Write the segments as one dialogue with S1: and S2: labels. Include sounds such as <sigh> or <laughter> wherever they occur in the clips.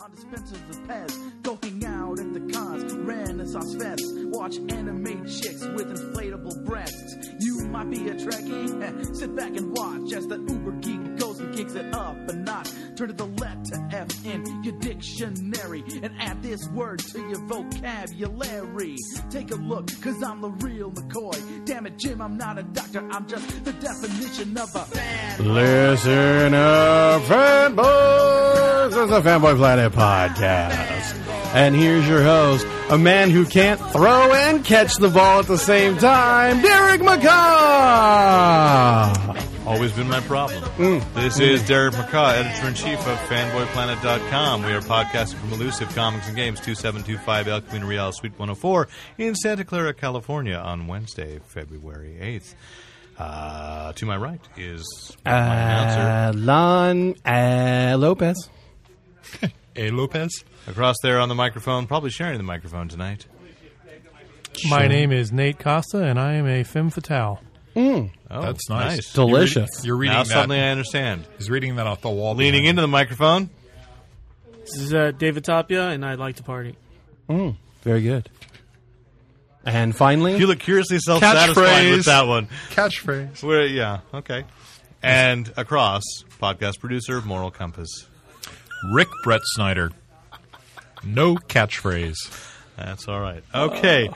S1: on dispensers of Pez. Go hang out at the cons, Renaissance fests. Watch anime chicks with inflatable breasts. You might be a Trekkie, eh, sit back and watch as the Uber geek goes and kicks it up a notch. Turn to the letter F in your dictionary and add this word to your vocabulary. Take a look, cause I'm the real McCoy. Damn it, Jim, I'm not a doctor, I'm just the definition of a fan.
S2: Listen up, fanboys. This is the Fanboy Planet podcast. And here's your host, a man who can't throw and catch the ball at the same time, Derek McCaw.
S3: Always been my problem.
S4: Mm.
S3: This is Derek McCaw, editor in chief of fanboyplanet.com. We are podcasting from Elusive Comics and Games, 2725 El Camino Real, Suite 104, in Santa Clara, California, on Wednesday, February 8th. Uh, to my right is my
S2: Uh,
S3: announcer,
S2: Alon uh, Lopez.
S4: A Lopez.
S3: across there on the microphone, probably sharing the microphone tonight.
S5: My name is Nate Costa, and I am a femme fatale.
S3: Oh,
S4: That's nice.
S2: Delicious.
S4: You're reading
S3: now
S4: that.
S3: suddenly I understand.
S4: He's reading that off the wall.
S3: Leaning into the microphone.
S6: This is uh, David Tapia, and I'd like to party.
S2: Very good. And finally,
S3: You look curiously self-satisfied with
S4: Catchphrase.
S3: that one.
S4: Catchphrase.
S3: We're, yeah, okay. And across, podcast producer, Moral Compass.
S4: Rick Brett Snyder. No
S5: <laughs>
S4: catchphrase.
S3: That's all right. Okay.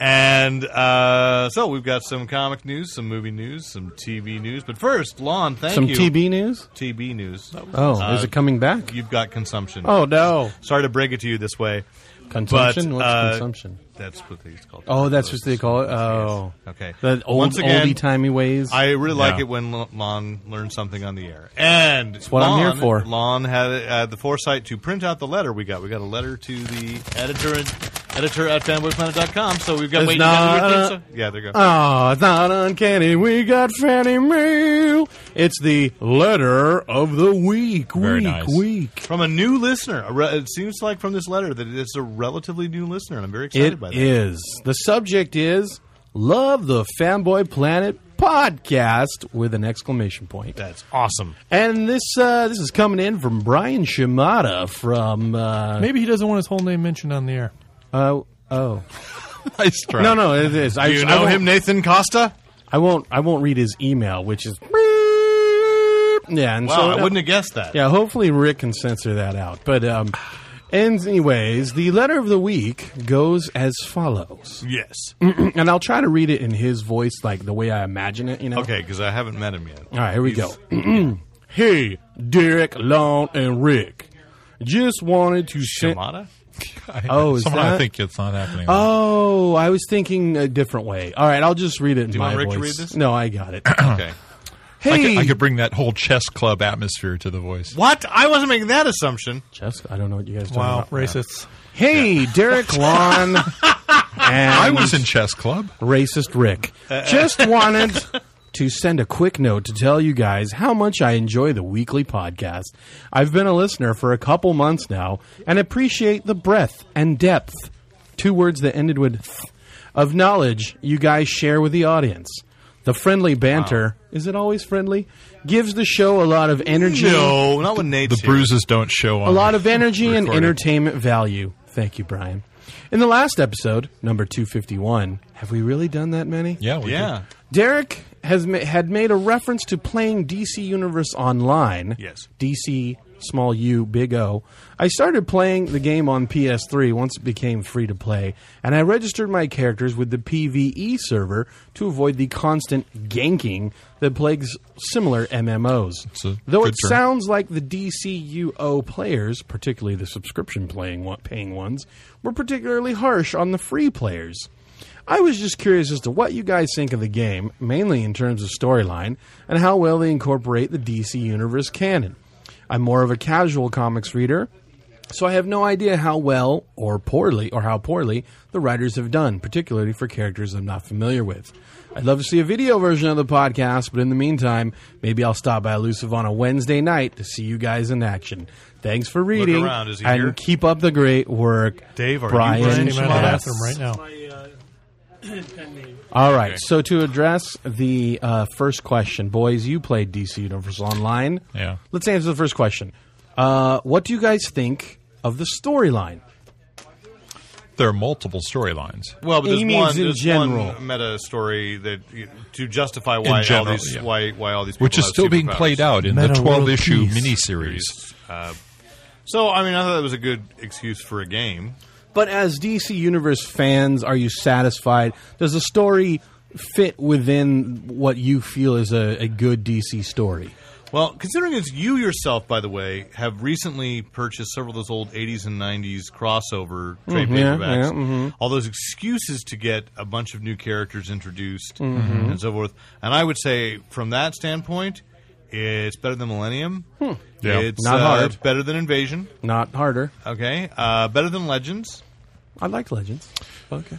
S3: And uh, so we've got some comic news, some movie news, some TV news. But first, Lon, thank
S2: some
S3: you.
S2: TB news.
S3: TB news.
S2: Oh,
S3: Uh,
S2: is it coming back?
S3: You've got consumption.
S2: Oh, no.
S3: Sorry to break it to you this way.
S2: Consumption?
S3: But,
S2: What's
S3: uh,
S2: consumption?
S3: That's what they used to call it.
S2: Oh, that's what they call it? Oh.
S3: Okay.
S2: The old,
S3: Once again,
S2: oldie timey ways.
S3: I really like
S4: Yeah.
S3: it when Lon- Lon learns something on the air, and it's
S2: what I'm here for.
S3: Lon had uh, the foresight to print out the letter we got. We got a letter to the editor and editor at fanboyplanet.com. So we've got
S2: It's
S3: waiting.
S2: not-
S3: yeah, there you go.
S2: Oh, it's not uncanny. We got Fanny Mail. It's the letter of the week.
S4: Very
S2: week,
S4: nice.
S2: week.
S3: from a new listener. A re- it seems like from this letter that it's a relatively new listener, and I'm very excited
S2: It
S3: by that.
S2: is. The subject is Love the Fanboy Planet podcast with an exclamation point.
S3: That's
S2: <laughs>
S3: awesome.
S2: And this uh, this is coming in from Brian Shimada from uh,
S5: Maybe he doesn't want his whole name mentioned on the air.
S2: oh oh
S3: Nice try.
S2: no no it is I,
S3: Do you
S2: I
S3: know
S2: won't-
S3: him, Nathan Costa?
S2: I won't I won't read his email which is yeah and
S3: Wow,
S2: so uh,
S3: I wouldn't have guessed that.
S2: Yeah, hopefully Rick can censor that out. But um, anyways, the letter of the week goes as follows, <clears throat>
S3: Yes.
S2: and I'll try to read it in his voice, like the way I imagine it. You know.
S3: Okay, because I haven't met him yet.
S2: All right, here we go. hey, Derek, Lon, and Rick, just wanted to send.
S3: Shimada?
S2: Oh, is
S4: Somehow I
S2: that-
S4: think it's not happening.
S2: Oh, I was thinking a different way. All right, I'll just read it in
S3: you
S2: my
S3: want Rick to
S2: voice.
S3: read this?
S2: No, I got it.
S3: Okay.
S2: <clears throat> hey,
S4: I, could, I could bring that whole chess club atmosphere to the voice.
S3: What? I wasn't making that assumption.
S2: Jessica, I don't know what you guys. are
S5: Wow,
S2: talking about.
S5: racists.
S2: Hey, Derek, Lon.
S4: I
S2: I
S4: was in chess club.
S2: racist Rick.
S4: Uh, <laughs>
S2: Just wanted to send a quick note to tell you guys how much I enjoy the weekly podcast. I've been a listener for a couple months now and appreciate the breadth and depth, two words that ended with th, of knowledge you guys share with the audience. The friendly banter, is it always friendly? Gives the show a lot of energy
S3: No, not with Nate.
S4: The bruises don't show on
S2: a lot of energy and
S4: recorded.
S2: entertainment value. Thank you, Brian. In the last episode, number 251, have we really done that many?
S4: Yeah, we
S3: Yeah.
S2: Derek has ma- had made a reference to playing DC Universe Online.
S3: Yes.
S2: DC small u big O. I started playing the game on PS3 once it became free to play, and I registered my characters with the PvE server to avoid the constant ganking that plagues similar MMOs.
S4: a
S2: Though
S4: good
S2: it
S4: term.
S2: sounds like the DCUO players, particularly the subscription playing one- paying ones, were particularly harsh on the free players. I was just curious as to what you guys think of the game, mainly in terms of storyline, and how well they incorporate the DC Universe canon. I'm more of a casual comics reader, so I have no idea how well or poorly or how poorly the writers have done, particularly for characters I'm not familiar with. I'd love to see a video version of the podcast, but in the meantime, maybe I'll stop by Elusive on a Wednesday night to see you guys in action. Thanks for reading
S3: around, is he
S2: and
S3: here?
S2: keep up the great work,
S3: Dave, are you
S2: Brian.
S3: Brian
S5: Came out of the
S2: Hess.
S5: bathroom right now.
S6: uh, <clears throat>
S2: All right. So to address the uh, first question, boys, you played DC Universe Online.
S4: Yeah.
S2: Let's answer the first question. Uh, what do you guys think of the storyline.
S4: There are multiple storylines.
S3: Well, but
S2: He
S3: there's
S2: means
S3: one,
S2: in
S3: there's
S2: general.
S3: one meta story that you- to justify why all
S4: general,
S3: these
S4: yeah.
S3: why why all these people
S4: Which is
S3: have
S4: still being
S3: superpowers.
S4: played out in the
S5: Meta
S4: 12
S5: World
S4: issue
S5: Peace.
S4: miniseries.
S3: Uh, So I mean, I thought that was a good excuse for a game.
S2: But as DC Universe fans, are you satisfied? Does the story fit within what you feel is a, a good DC story?
S3: Well, considering it's you yourself, by the way, have recently purchased several of those old 80s and 90s crossover trade
S2: Mhm, yeah,
S3: paperbacks,
S2: yeah, mhm.
S3: all those excuses to get a bunch of new characters introduced
S2: Mm-hmm.
S3: and so forth. And I would say, from that standpoint, it's better than Millennium.
S4: Yeah.
S3: It's
S2: Hmm. Not
S3: uh,
S2: hard.
S3: better than Invasion.
S2: Not harder.
S3: Okay. Uh, better than Legends.
S2: I like Legends. Okay.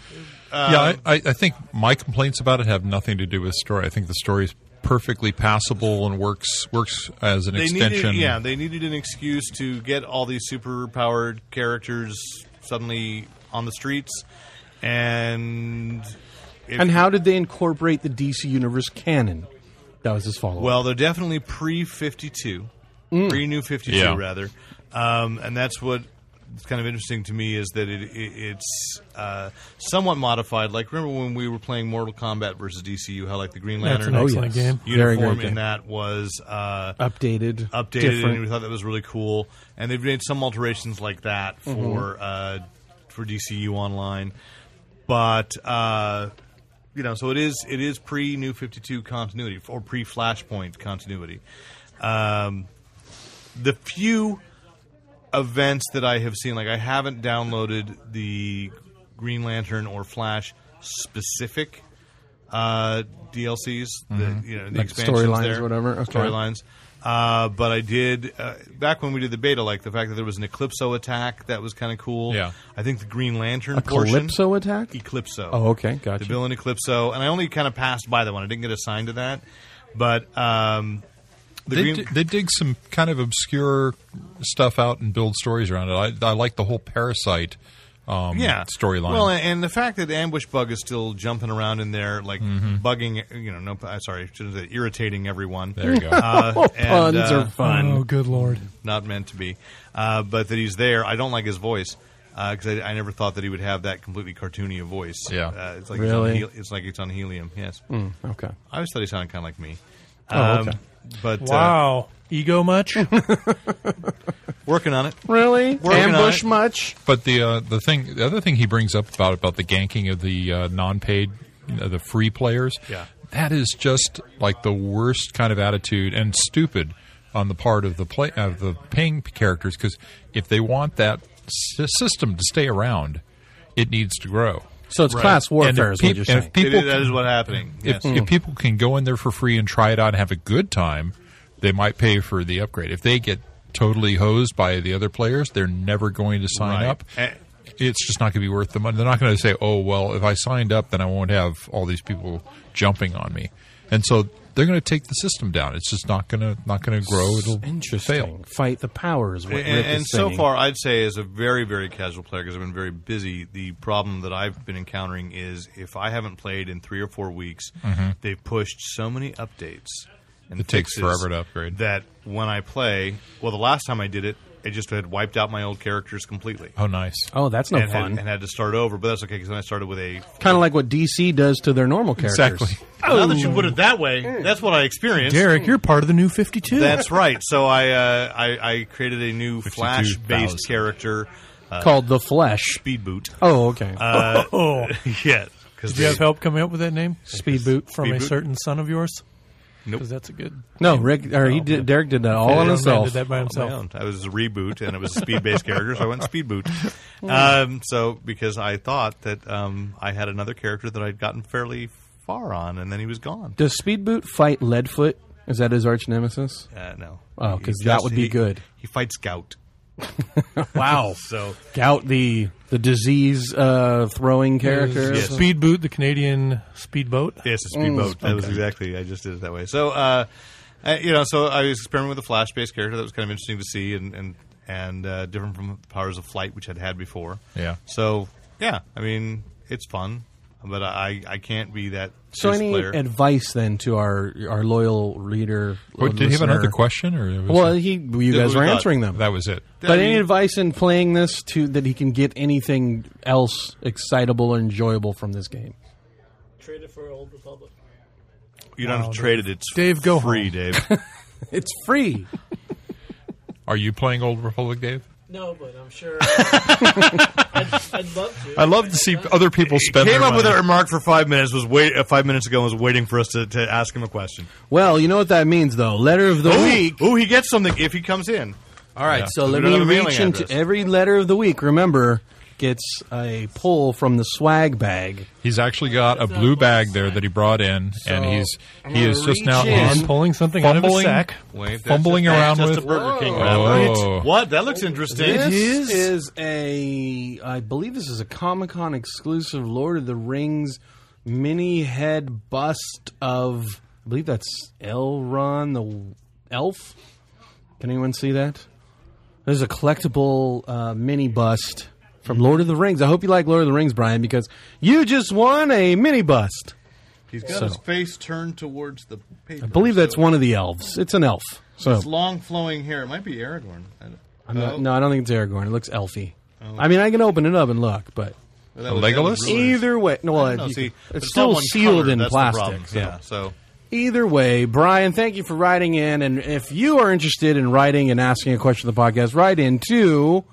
S4: yeah,
S3: Um,
S4: I, I, I think my complaints about it have nothing to do with story. I think the story is perfectly passable and works works as an
S3: They
S4: extension.
S3: needed, yeah, they needed an excuse to get all these superpowered characters suddenly on the streets, and it-
S2: And how did they incorporate the DC Universe canon? That was his follow-up.
S3: Well, they're definitely pre fifty two,
S5: Mm.
S3: pre new fifty two
S4: Yeah.
S3: rather, um, and that's what it's kind of interesting to me is that it, it, it's uh, somewhat modified. Like remember when we were playing Mortal Kombat versus DCU, how like the Green
S5: That's
S3: Lantern
S5: an excellent
S2: yes.
S5: game.
S2: Very
S3: uniform
S2: great game.
S3: in that was uh,
S2: updated,
S3: updated,
S2: different.
S3: and we thought that was really cool. And they've made some alterations like that
S2: Mm-hmm.
S3: for uh, for DCU Online, but uh, you know, so it is it is pre New Fifty Two continuity or pre Flashpoint continuity. Um, the few events that I have seen, like I haven't downloaded the Green Lantern or Flash specific uh, DLCs, the, you know, the
S2: Mm-hmm. Like
S3: expansions
S2: storylines
S3: there,
S2: or whatever? Okay.
S3: storylines. Uh, but I did uh, back when we did the beta, like the fact that there was an Eclipso attack that was kind of cool.
S4: Yeah.
S3: I think the Green Lantern
S2: a
S3: portion,
S2: Calypso attack.
S3: Eclipso.
S2: Oh, okay, gotcha.
S3: The villain Eclipso, and I only kind of passed by that one. I didn't get assigned to that, but um, the
S4: They,
S3: Green.
S4: di- they dig some kind of obscure stuff out and build stories around it. I, I like the whole parasite um,
S3: yeah.
S4: storyline.
S3: Well, and, and the fact that Ambush Bug is still jumping around in there, like
S2: Mm-hmm.
S3: bugging, you know, no, I- sorry, shouldn't say irritating everyone.
S4: there you go.
S3: <laughs> Uh, and,
S2: Oh, Puns
S3: uh,
S2: are fun.
S5: Oh, good lord.
S3: not meant to be, uh, but that he's there. I don't like his voice because I, I never thought that he would have that completely cartoony a voice.
S4: Yeah.
S3: uh, it's like
S2: Really?
S3: it's, on hel- it's like it's on helium. Yes,
S2: Okay.
S3: I always thought he sounded kind of like me. Um,
S2: Oh, okay.
S3: But uh,
S5: Wow. Ego much?
S3: working on it.
S2: Really?
S3: Working on
S2: Ambush
S3: it.
S2: much?
S4: But the uh, the thing, the other thing he brings up about about the ganking of the uh, non-paid, you know, the free players,
S3: Yeah.
S4: that is just like the worst kind of attitude and stupid on the part of the play of the paying characters because if they want that sy- system to stay around, it needs to grow.
S2: So it's class warfare,
S4: and if
S2: is what
S4: peop-
S2: you're
S4: and
S2: saying.
S4: if people
S3: It is- that is what happening. Yes.
S4: if, if people can go in there for free and try it out and have a good time, they might pay for the upgrade. If they get totally hosed by the other players, they're never going to sign
S3: Right. Eh.
S4: up.
S3: A-
S4: It's just not going to be worth the money. They're not going to say, "Oh, well, if I signed up, then I won't have all these people jumping on me." And so they're going to take the system down. It's just not going to not going to grow. It'll
S2: Interesting.
S4: fail.
S2: Fight the power is what
S3: and,
S2: Rick is
S3: and so
S2: saying.
S3: far i'd say as a very very casual player because i've been very busy the problem that i've been encountering is if i haven't played in three or four weeks they've pushed so many updates and
S4: It takes
S3: fixes
S4: forever to upgrade.
S3: that when i play well the last time i did it it just had wiped out my old characters completely
S4: Oh, nice.
S2: Oh, that's no
S3: and, had,
S2: fun.
S3: and had to start over but that's okay because then i started with a
S2: Kind of like what DC does to their normal characters.
S4: Exactly.
S3: now that you put it that way that's what i experienced
S5: Derek, you're part of the new 52.
S3: that's right so i uh, I, I created a new flash
S4: 52,000.
S3: based character uh,
S2: Called the Flesh.
S3: speed boot
S2: Oh, okay.
S5: <laughs> oh.
S3: yeah because
S5: Did you have help coming up with that name?
S2: Speed boot.
S5: From
S3: Speed
S5: a
S3: boot?
S5: certain son of yours?
S3: Nope.
S5: Because that's a good.
S2: <laughs> No, Rick or he did, Derek did that all
S5: Yeah,
S2: on
S5: Iron Man
S2: himself.
S5: did that by
S3: my
S5: himself.
S3: own. I Oh, was a reboot, and it was a speed-based character, so I went speed boot. Um, so because I thought that um, I had another character that I'd gotten fairly far on, and then he was gone.
S2: Does Speed Boot fight Leadfoot? Is that his arch nemesis?
S3: Uh, no,
S2: Oh,
S3: He
S2: 'cause that
S3: just-
S2: would be
S3: he-
S2: good.
S3: He fights
S2: <laughs>
S3: Scout.
S2: Wow.
S3: So
S2: Gout the the disease uh, throwing character.
S5: There's
S3: Yes.
S5: Speed Boot, the Canadian speedboat.
S3: yes, a speedboat. That was exactly. I just did it that way. So uh, I, you know, so I was experimenting with a flash-based character that was kind of interesting to see, and and and uh, different from Powers of Flight, which I'd had before.
S4: Yeah.
S3: So yeah, I mean, it's fun. but I I can't be that
S2: So
S3: disc
S2: any
S3: player.
S2: advice then to our our loyal reader?
S4: What, did you have
S2: listener?
S4: another question, or was
S2: Well,
S4: it-
S2: he you
S3: That
S2: guys
S3: we
S2: were
S3: got.
S2: answering them.
S4: that was it?
S2: but
S3: I
S2: any
S3: mean-
S2: advice in playing this to that he can get anything else excitable or enjoyable from this game?
S6: Trade it for Old Republic.
S3: you don't have to trade it. It's
S5: Dave, go
S3: free, Dave.
S2: It's free.
S4: Are you playing Old Republic, Dave?
S6: No, but I'm sure. I'd, I'd love to.
S4: I love to see other people spend.
S3: Came
S4: their
S3: up with that
S4: money.
S3: remark for five minutes. Was wait uh, five minutes ago. and Was waiting for us to, to ask him a question.
S2: well, you know what that means though. Letter of the week.
S3: Oh, he gets something if he comes in.
S2: All right,
S4: Yeah.
S2: so
S3: We
S2: let
S3: don't
S2: me
S3: have a mailing
S2: reach into
S3: address.
S2: every letter of the week. Remember, gets a pull from the swag bag.
S4: He's actually got a blue bag there that he brought in, and he's he
S2: gonna
S4: is just now
S2: reach in.
S4: he's
S5: I'm pulling something out of
S4: fumbling-
S5: his sack.
S3: Wait, that's
S4: fumbling
S3: just-
S4: around
S3: that's
S4: with.
S3: just a Burger King
S4: Oh.
S3: wrapper. It's- what? That looks interesting.
S2: This
S5: is-
S2: is, a, I believe this is a Comic Con exclusive Lord of the Rings mini head bust of, I believe that's Elrond the elf. Can anyone see that? There's a collectible uh, mini bust from Lord of the Rings. I hope you like Lord of the Rings, Brian, because you just won a mini bust.
S3: He's got
S2: So-
S3: his face turned towards the paper.
S2: I believe that's one of the elves. It's an elf. So
S3: It's long flowing hair. It might be Aragorn. I don't-
S2: I'm
S3: Oh,
S2: not, no, I don't think it's Aragorn. It looks elfy. I mean, I can open it up and look, but
S3: that was-
S4: Legolas?
S3: that was really-
S2: either way, no, well,
S3: No,
S2: you-
S3: see, but
S2: it's
S3: not
S2: still
S3: one
S2: sealed
S3: color.
S2: in
S3: That's the problem.
S2: plastic. so.
S3: Yeah, so
S2: Either way, Brian, thank you for writing in, and if you are interested in writing and asking a question of the podcast, write in to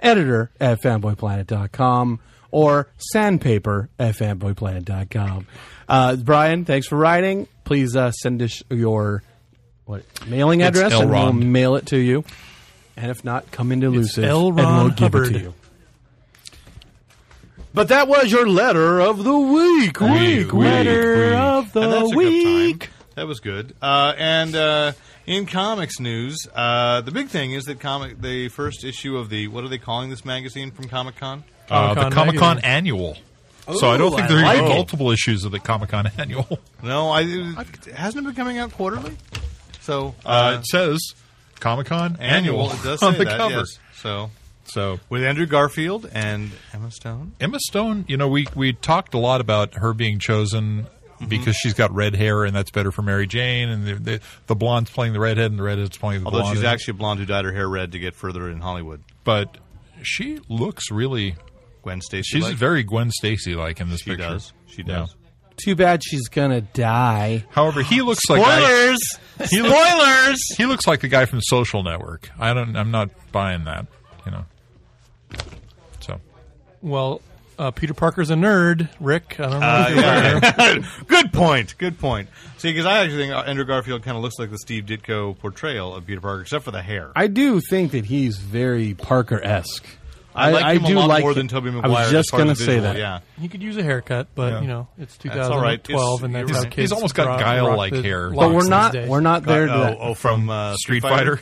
S2: editor at fanboyplanet.com or sandpaper at fanboyplanet.com. Uh, Brian, thanks for writing. Please uh, send us your what mailing
S4: It's
S2: address, and we'll
S4: Elrond.
S2: mail it to you. And if not, come into Lucid,
S5: L.
S2: and we'll
S5: Ron
S2: give it to
S5: Hubbard.
S2: you. But that was your letter of the week. Week,
S4: Week, week,
S2: letter
S4: week.
S2: of the
S3: and that's a
S2: week.
S3: good time. That was good. Uh, and uh, in comics news, uh, the big thing is that comic the first issue of the what are they calling this magazine from Comic Con?
S4: Uh, the Comic
S5: Comic-Con
S4: Con annual. so I don't
S2: Ooh,
S4: think
S2: I
S4: there are
S2: like it.
S4: multiple issues of the Comic Con <laughs> annual.
S3: No, I it hasn't it been coming out quarterly. So uh,
S4: Uh, it says Comic Con annual,
S3: annual, it <laughs> does say
S4: <laughs> on the
S3: that.
S4: cover.
S3: Yes. So
S4: So
S3: with Andrew Garfield and Emma Stone.
S4: Emma Stone, you know, we we talked a lot about her being chosen
S3: Mm-hmm.
S4: because she's got red hair and that's better for Mary Jane, and the the, the blonde's playing the redhead and the redhead's playing the
S3: Although
S4: blonde.
S3: she's actually a blonde who dyed her hair red to get further in Hollywood.
S4: but she looks really.
S3: Gwen Stacy.
S4: She's
S3: like-
S4: very Gwen Stacy like in this
S3: She
S4: picture.
S3: does. She
S4: Yeah.
S3: does.
S2: Too bad she's gonna die.
S4: However, he looks like I-
S3: <laughs>
S4: he looks-
S3: Spoilers.
S4: he looks like the guy from Social Network. I don't. I'm not buying that. You know. So
S5: Well, uh, Peter Parker's a nerd, Rick. I don't
S4: Uh,
S5: know. if you're aware.
S3: <laughs> good point. Uh, Good point. See, because I actually think Andrew Garfield kind of looks like the Steve Ditko portrayal of Peter Parker, except for the hair.
S2: I do think that he's very Parker esque.
S3: I like him a
S2: do
S3: lot
S2: like
S3: more
S2: it.
S3: than Tobey Maguire.
S2: I was
S3: as
S2: just
S3: far as
S2: gonna
S3: the
S2: say
S3: visual,
S2: that.
S3: Yeah,
S5: He could use a haircut, but
S4: Yeah.
S5: you know it's
S3: That's all right.
S5: 2012, and that's
S3: It's-
S5: how
S3: you're
S5: kids.
S4: he's almost got
S5: rock-
S4: Guile-like
S5: rock the
S4: hair.
S5: locks
S4: But
S2: But we're
S5: these
S2: not.
S5: days.
S2: We're not there. To
S3: oh,
S2: that.
S3: oh, from uh,
S4: Street Fighter.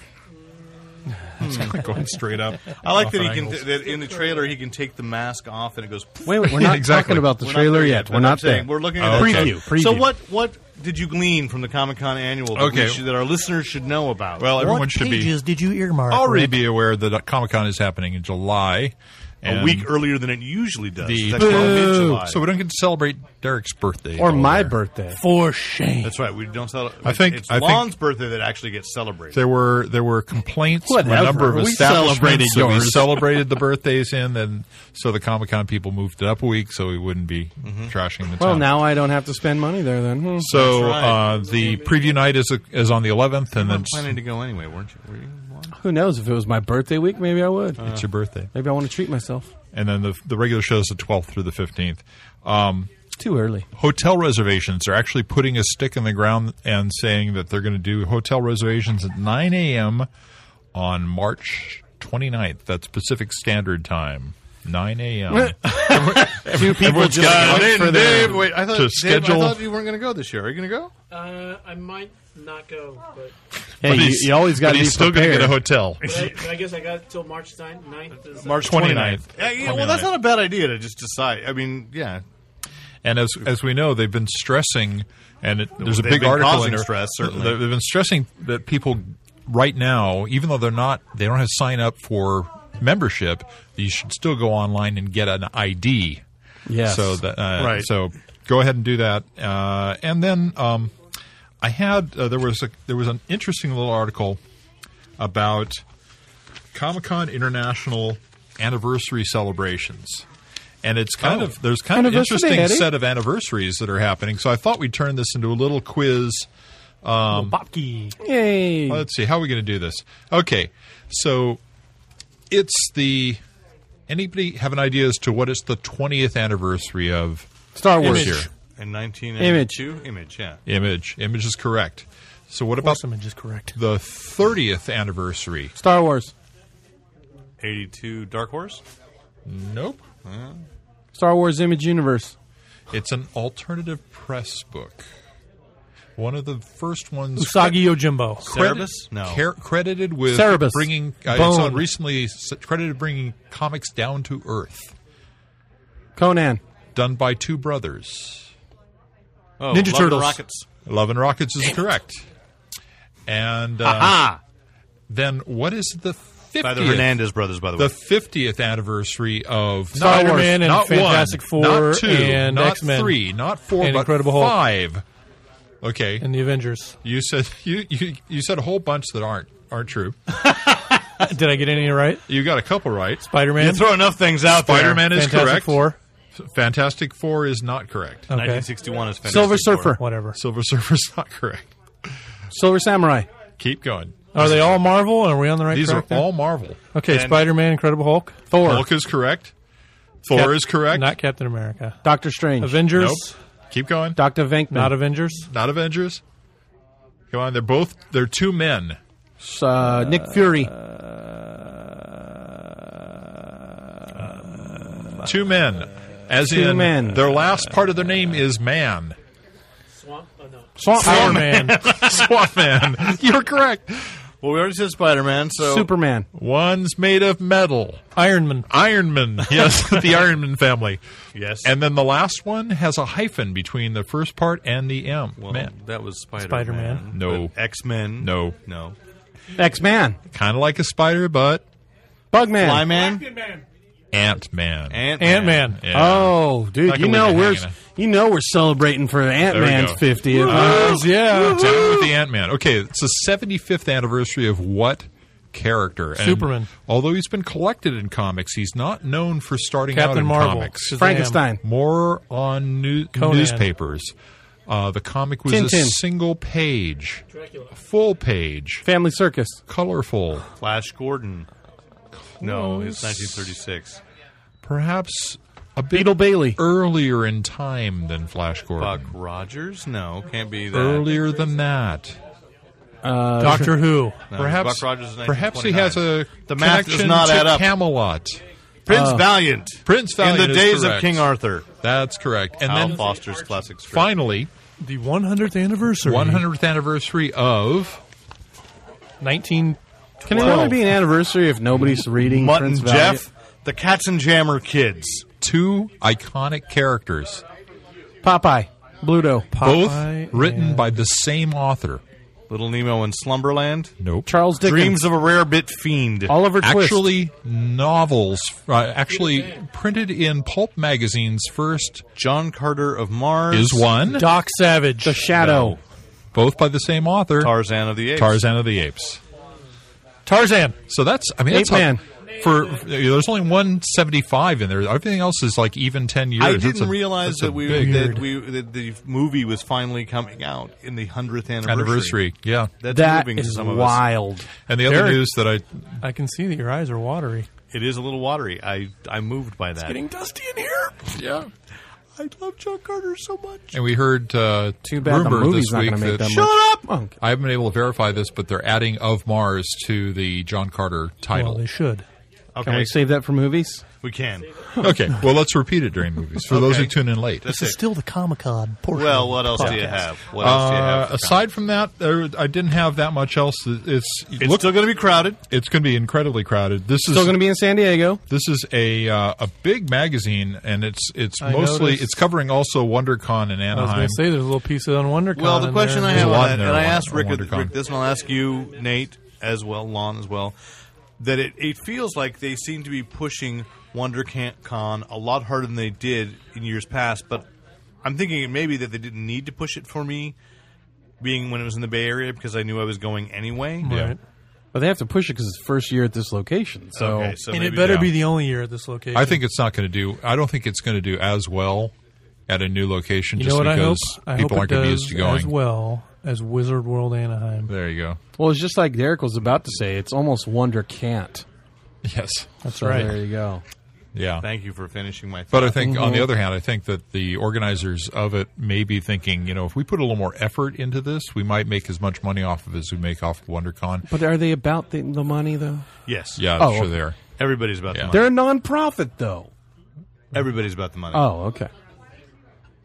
S3: <laughs> going straight up. I like that he can.
S4: Angles.
S3: That in the trailer, he can take the mask off and it goes.
S2: Wait, wait, we're
S3: <laughs>
S4: Yeah,
S2: not
S4: exactly.
S2: talking about the
S3: We're not
S2: trailer
S3: there
S2: yet.
S3: but
S2: We're
S3: I'm
S2: not there.
S3: saying We're looking
S4: Oh,
S3: at that.
S4: okay.
S2: Preview, preview.
S3: So what? What did you glean from the Comic Con annual? That
S4: Okay.
S3: we should, that our listeners should know about.
S4: Well, everyone
S5: What
S4: should be
S5: pages did you earmark?
S4: already
S5: Rick?
S4: be aware that Comic Con is happening in July,
S3: a
S4: and-
S3: week earlier than it usually does.
S4: The-
S3: It's actually
S2: Boo.
S3: mid-July.
S4: So we don't get to celebrate Derek's birthday
S2: or
S4: over
S2: my
S4: there.
S2: birthday.
S5: For shame.
S3: That's right. We don't celebrate.
S4: I think-
S3: it's
S4: I think-
S3: Lon's birthday that actually gets celebrated.
S4: There were there were complaints from a
S2: Whatever.
S4: number of
S2: We celebrated
S4: establishments that we <laughs>
S2: yours.
S4: celebrated the birthdays in, and so the Comic Con people moved it up a week so we wouldn't be trashing the
S2: Mm-hmm. Well,
S4: town.
S2: now I don't have to spend money there then. Hmm.
S4: So
S3: That's right.
S4: uh, the preview night is is on the 11th,
S3: You
S4: and then
S3: weren't planning to go anyway, weren't you? Were you Lon?
S2: Who knows? If it was my birthday week, maybe I would.
S4: it's your birthday,
S2: maybe I want to treat myself.
S4: and then the the regular show is the 12th through the 15th. Um,
S2: Too early.
S4: hotel reservations are actually putting a stick in the ground and saying that they're going to do hotel reservations at 9 a.m. on March 29th. That's Pacific Standard Time. 9 a.m.
S2: Two people
S4: everyone's
S2: just
S4: got
S2: got
S4: it.
S2: for their.
S3: Dave, wait, I thought,
S4: to
S3: Dave,
S4: schedule-
S3: I thought you weren't going to go this year. Are you going to go?
S6: Uh, I might not go, but,
S2: Hey, you, you always got to be
S4: but he's still gonna
S2: prepared.
S4: get a hotel.
S6: but, I, but I guess I got till March 9th. 9th is
S3: March
S4: 29th.
S3: Yeah, yeah, well, that's not a bad idea to just decide. I mean, yeah.
S4: And as as we know, they've been stressing, and it, there's a
S3: They've
S4: big
S3: been
S4: article
S3: causing
S4: in there-
S3: stress, certainly.
S4: They've they've been stressing that people right now, even though they're not, they don't have to sign up for membership. You should still go online and get an ID
S2: Yes.
S4: So that uh,
S5: Right.
S4: So go ahead and do that, uh, and then um, I had uh, there was a, there was an interesting little article about Comic Con International anniversary celebrations. And it's kind
S2: Oh.
S4: of there's kind of an
S2: Anniversary,
S4: interesting
S2: Eddie.
S4: set of anniversaries that are happening. So I thought we'd turn this into a little quiz
S5: Bopke.
S2: Yay.
S4: well, let's see. How are we going to do this? Okay. So it's the. Anybody have an idea as to what it's the 20th anniversary of
S2: Star Wars.
S4: this year?
S3: In 19 Image, yeah.
S4: Image. Image is correct. So what about
S5: image is correct.
S4: the 30th anniversary?
S2: Star Wars.
S3: 82 Dark Horse?
S4: Nope.
S2: Star Wars Image Universe.
S4: It's an alternative press book. One of the first ones.
S5: Usagi Yojimbo.
S4: Credit-
S3: Cerebus? No.
S4: care- credited with
S2: Cerebus.
S4: bringing uh, it's
S2: Bone.
S4: on recently s- credited bringing comics down to earth
S2: Conan.
S4: done by two brothers
S3: Oh,
S2: Ninja
S3: Love
S2: Turtles.
S3: And Rockets.
S4: Love and Rockets is correct. And uh,
S3: Ah!
S4: then what is the
S3: By the
S4: 50th?
S3: Hernandez brothers, by the way.
S4: The 50th anniversary of
S5: Star
S4: Not-
S5: Wars. and
S4: not
S5: Fantastic
S4: one,
S5: Four
S4: not two,
S5: and
S4: not
S5: X-Men.
S4: three, not four,
S5: And
S4: but
S5: Incredible Hulk.
S4: five. Okay,
S5: And the Avengers.
S4: you said <laughs> you, you you said a whole bunch that aren't aren't true.
S5: Did I get any right?
S4: You got a couple right.
S5: Spider
S3: you
S5: Man.
S3: throw enough things out there.
S4: Spider-Man is
S5: Fantastic
S4: correct.
S5: Four.
S4: Fantastic Four is not correct.
S5: Okay.
S3: 1961 is Fantastic
S2: Silver
S3: Four.
S2: Surfer.
S5: Whatever.
S4: Silver <laughs> Surfer's not correct.
S2: Silver Samurai.
S4: Keep going.
S5: Are they all Marvel? Are we on the right
S4: These are
S5: track there?
S4: all Marvel.
S5: okay,
S3: and-
S5: Spider Man, Incredible Hulk.
S2: Thor.
S4: Hulk is correct. Thor
S5: Cap-
S4: is correct.
S5: Not Captain America.
S2: Doctor Strange.
S5: Avengers.
S4: Nope. Keep going.
S2: Doctor Venkman.
S5: Not Avengers.
S4: Not Avengers. Come on, they're both they're two men.
S2: uh, Nick Fury.
S4: Two men. As
S2: Two
S4: in
S2: men.
S4: their last part of their name is man. <laughs>
S6: Swamp? Oh, no.
S2: Swamp
S5: Power
S2: Man.
S5: Man.
S4: Swamp man. You're correct.
S3: Well, we already said Spider-Man, so...
S2: Superman.
S4: One's made of metal.
S5: Iron Man.
S4: Iron Man.
S5: <laughs>
S4: Yes, the Iron Man family.
S3: Yes.
S4: And then the last one has a hyphen between the first part and the M.
S3: Well,
S4: man.
S3: that was Spider-Man.
S5: Spider-Man.
S4: No.
S3: But X-Men.
S4: No.
S3: No.
S2: X Man.
S4: Kind of like a spider, but
S2: Bugman.
S3: Flyman.
S4: Ant
S3: Ant-Man.
S4: Man.
S5: Ant Man.
S2: Oh, dude,
S4: Like
S2: you
S4: a
S2: know
S4: leader
S2: we're
S4: hanging out.
S2: you know we're celebrating for Uh, Ant
S4: There we
S2: Man's
S4: go.
S2: fiftieth. Oh.
S4: yeah. Down with the Ant Man. Okay, it's the 75th anniversary of what character? And
S5: Superman.
S4: Although he's been collected in comics, he's not known for starting out
S5: Captain
S4: in
S5: Marvel.
S4: comics.
S5: Shazam.
S2: Frankenstein.
S4: More on new-
S5: Conan.
S4: newspapers. Uh, the comic was a
S2: Tintin.
S4: single page,
S6: Dracula.
S4: full page,
S2: Family Circus.
S4: colorful.
S3: Flash Gordon. No, it's 1936.
S4: Perhaps a bit
S2: Beetle Bailey.
S4: earlier in time than Flash
S3: Buck
S4: Gordon.
S3: Rogers? No, can't be that.
S4: Earlier than that.
S5: Doctor Who.
S3: No,
S4: Perhaps,
S3: Buck Rogers is
S4: perhaps he has
S3: 1929.
S4: a
S3: The math does
S4: connection
S3: not
S4: to
S3: add up.
S4: Camelot.
S3: Prince Valiant.
S4: Uh, Prince Valiant
S3: In the
S4: is
S3: days
S4: correct.
S3: of King Arthur.
S4: That's correct. And
S3: Al
S4: then
S3: Foster's classic strip.
S4: finally,
S5: The 100th anniversary.
S4: 100th anniversary of
S5: 19.
S2: Can it
S5: Twelve.
S2: really be an anniversary if nobody's reading
S3: Mutt
S2: Prince
S3: and
S2: Valiant?
S3: Jeff, the Cats and Jammer Kids.
S4: two iconic characters,
S2: Popeye, Bluto,
S5: Popeye
S4: both written
S5: and-
S4: by the same author.
S3: Little Nemo in Slumberland.
S4: Nope.
S2: Charles Dickens,
S3: Dreams of a Rare Bit Fiend.
S2: Oliver Twist,
S4: Actually, novels, uh, actually printed in pulp magazines first
S3: John Carter of Mars.
S4: is one,
S5: Doc Savage.
S2: The Shadow,
S4: both by the same author,
S3: Tarzan of the Apes.
S4: Tarzan of the Apes.
S5: Tarzan.
S4: So that's I mean
S2: Ape
S4: that's how-
S2: Man.
S4: for there's only 175 in there. Everything else is like even 10 years.
S3: I
S4: That's
S3: didn't
S4: a-
S3: realize
S4: that's a
S3: that we,
S4: big
S3: that we that the movie was finally coming out in the hundredth anniversary.
S4: anniversary. Yeah.
S3: That's
S2: That
S3: moving to
S2: is
S3: some of us.
S2: wild.
S4: And the other
S5: Derek-
S4: news that I
S5: I can see that your eyes are watery.
S3: It is a little watery. I I moved by that.
S5: dusty in here.
S4: yeah,
S5: I love John Carter so much.
S4: and we heard uh,
S2: Too bad
S4: rumor
S2: the movie's
S4: this
S2: not
S4: week
S2: going to make that
S4: that
S2: much. Oh, Shut up!
S4: I haven't been able to verify this, but they're adding "Of Mars" to the John Carter
S5: Well,
S4: title.
S5: they should.
S3: Okay,
S2: Can we save that for movies?
S3: we can.
S5: <laughs>
S4: okay, well let's repeat it during movies for those
S3: Okay.
S4: who tune in late.
S3: That's
S5: This is
S3: it.
S5: still the Comic Con portion.
S3: Well, what else do you have? What else do you
S4: Uh,
S3: have? for
S4: aside from that, there, I didn't have that much else. It's
S3: comment? it's still going to be crowded.
S4: it's going to be incredibly crowded. This
S2: Still
S4: is
S2: going to be in San Diego.
S4: This is a uh, a big magazine, and it's it's
S5: I
S4: mostly
S5: noticed.
S4: it's covering also WonderCon in
S5: I was going
S4: Anaheim.
S5: to say there's a little piece on WonderCon.
S3: Well, the
S5: in
S3: question
S5: there.
S3: I
S4: There's
S3: have,
S4: a lot
S3: on that,
S4: in there
S3: and I
S4: on-
S3: asked
S4: on
S3: Rick,
S4: WonderCon.
S3: Rick this, and I'll ask you, Nate, as well, Lon as well. that it, it feels like they seem to be pushing Wonder Can- Con a lot harder than they did in years past. But I'm thinking it may be that they didn't need to push it for me, being when it was in the Bay Area, because I knew I was going anyway.
S5: Right.
S2: But they have to push it because it's first year at this location. So,
S3: Okay, so
S5: and
S3: maybe-
S5: it better
S3: yeah.
S5: be the only year at this location.
S4: I think it's not going to do. I don't think it's going to do as well at a new location.
S5: you
S4: just
S5: know what I hope.
S4: because
S5: I hope
S4: people
S5: it
S4: aren't going to be used
S5: does
S4: to going.
S5: as well as Wizard World Anaheim.
S4: There you go.
S2: well, it's just like Derek was about to say. It's almost wonder can't.
S4: Yes.
S5: That's
S2: So
S5: right.
S2: There you go.
S4: Yeah.
S3: Thank you for finishing my.
S4: But
S3: thought.
S4: I think,
S2: Mm-hmm.
S4: on the other hand, I think that the organizers of it may be thinking, you know, if we put a little more effort into this, we might make as much money off of it as we make off of WonderCon.
S2: But are they about the, the money though?
S3: yes,
S4: Yeah,
S2: Oh,
S4: sure
S2: okay.
S4: they are.
S3: everybody's about
S4: Yeah.
S3: the money.
S2: They're a nonprofit though.
S3: Everybody's about the money.
S5: Uh,
S2: Oh, okay.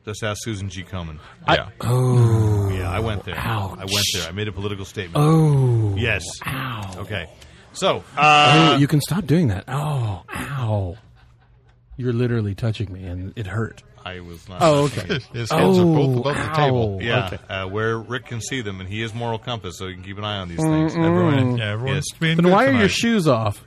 S3: Just ask Susan G. Komen.
S4: Yeah.
S3: Yeah, I went there.
S2: ouch.
S3: I went there. I made a political statement.
S2: Oh,
S3: yes.
S2: ow.
S3: Okay. So, uh,
S2: Oh, you can stop doing that. Oh, ow. You're literally touching me, and it hurt.
S3: I was not.
S2: Oh, okay.
S4: His hands are both
S2: Oh,
S4: above the table.
S2: ow.
S3: Yeah,
S2: Okay.
S3: uh, where Rick can see them, and he is moral compass, so you can keep an eye on these things. Everyone,
S4: Yeah, everyone's
S3: Yes.
S2: <laughs>
S4: being
S2: Hmm. Then
S4: good
S2: why are
S4: tonight.
S2: your shoes off?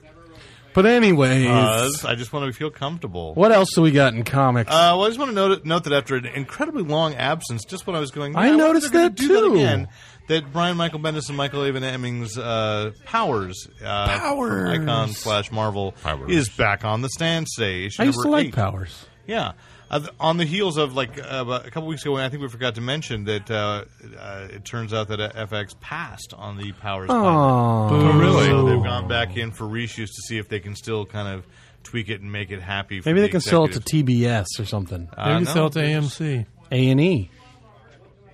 S2: But anyways,
S3: Because I just want to feel comfortable.
S2: what else do we got in comics?
S3: Uh, well, I just want to note, note that after an incredibly long absence, just when I was going,
S2: I
S3: "Yeah, wonder if
S2: noticed
S3: they're gonna
S2: that
S3: do
S2: too."
S3: That, again, that Brian Michael Bendis and Michael Avon Emmings' uh, powers, uh,
S2: Powers.
S3: icon slash Marvel,
S4: Powers.
S3: is back on the stand stage.
S2: I used to
S3: number
S2: like
S3: eight.
S2: Powers.
S3: Yeah. Uh, th- on the heels of like uh, about a couple weeks ago, I think we forgot to mention that uh, uh, it turns out that uh, FX passed on the Powers.
S2: Oh,
S3: really? So they've gone back in for reshoots to see if they can still kind of tweak it and make it happy. For
S2: Maybe
S3: the
S2: they can sell it to
S3: executives.
S2: TBS or something.
S3: Uh,
S5: Maybe
S3: no,
S5: sell it to
S3: they're just-
S5: AMC.
S2: A and E.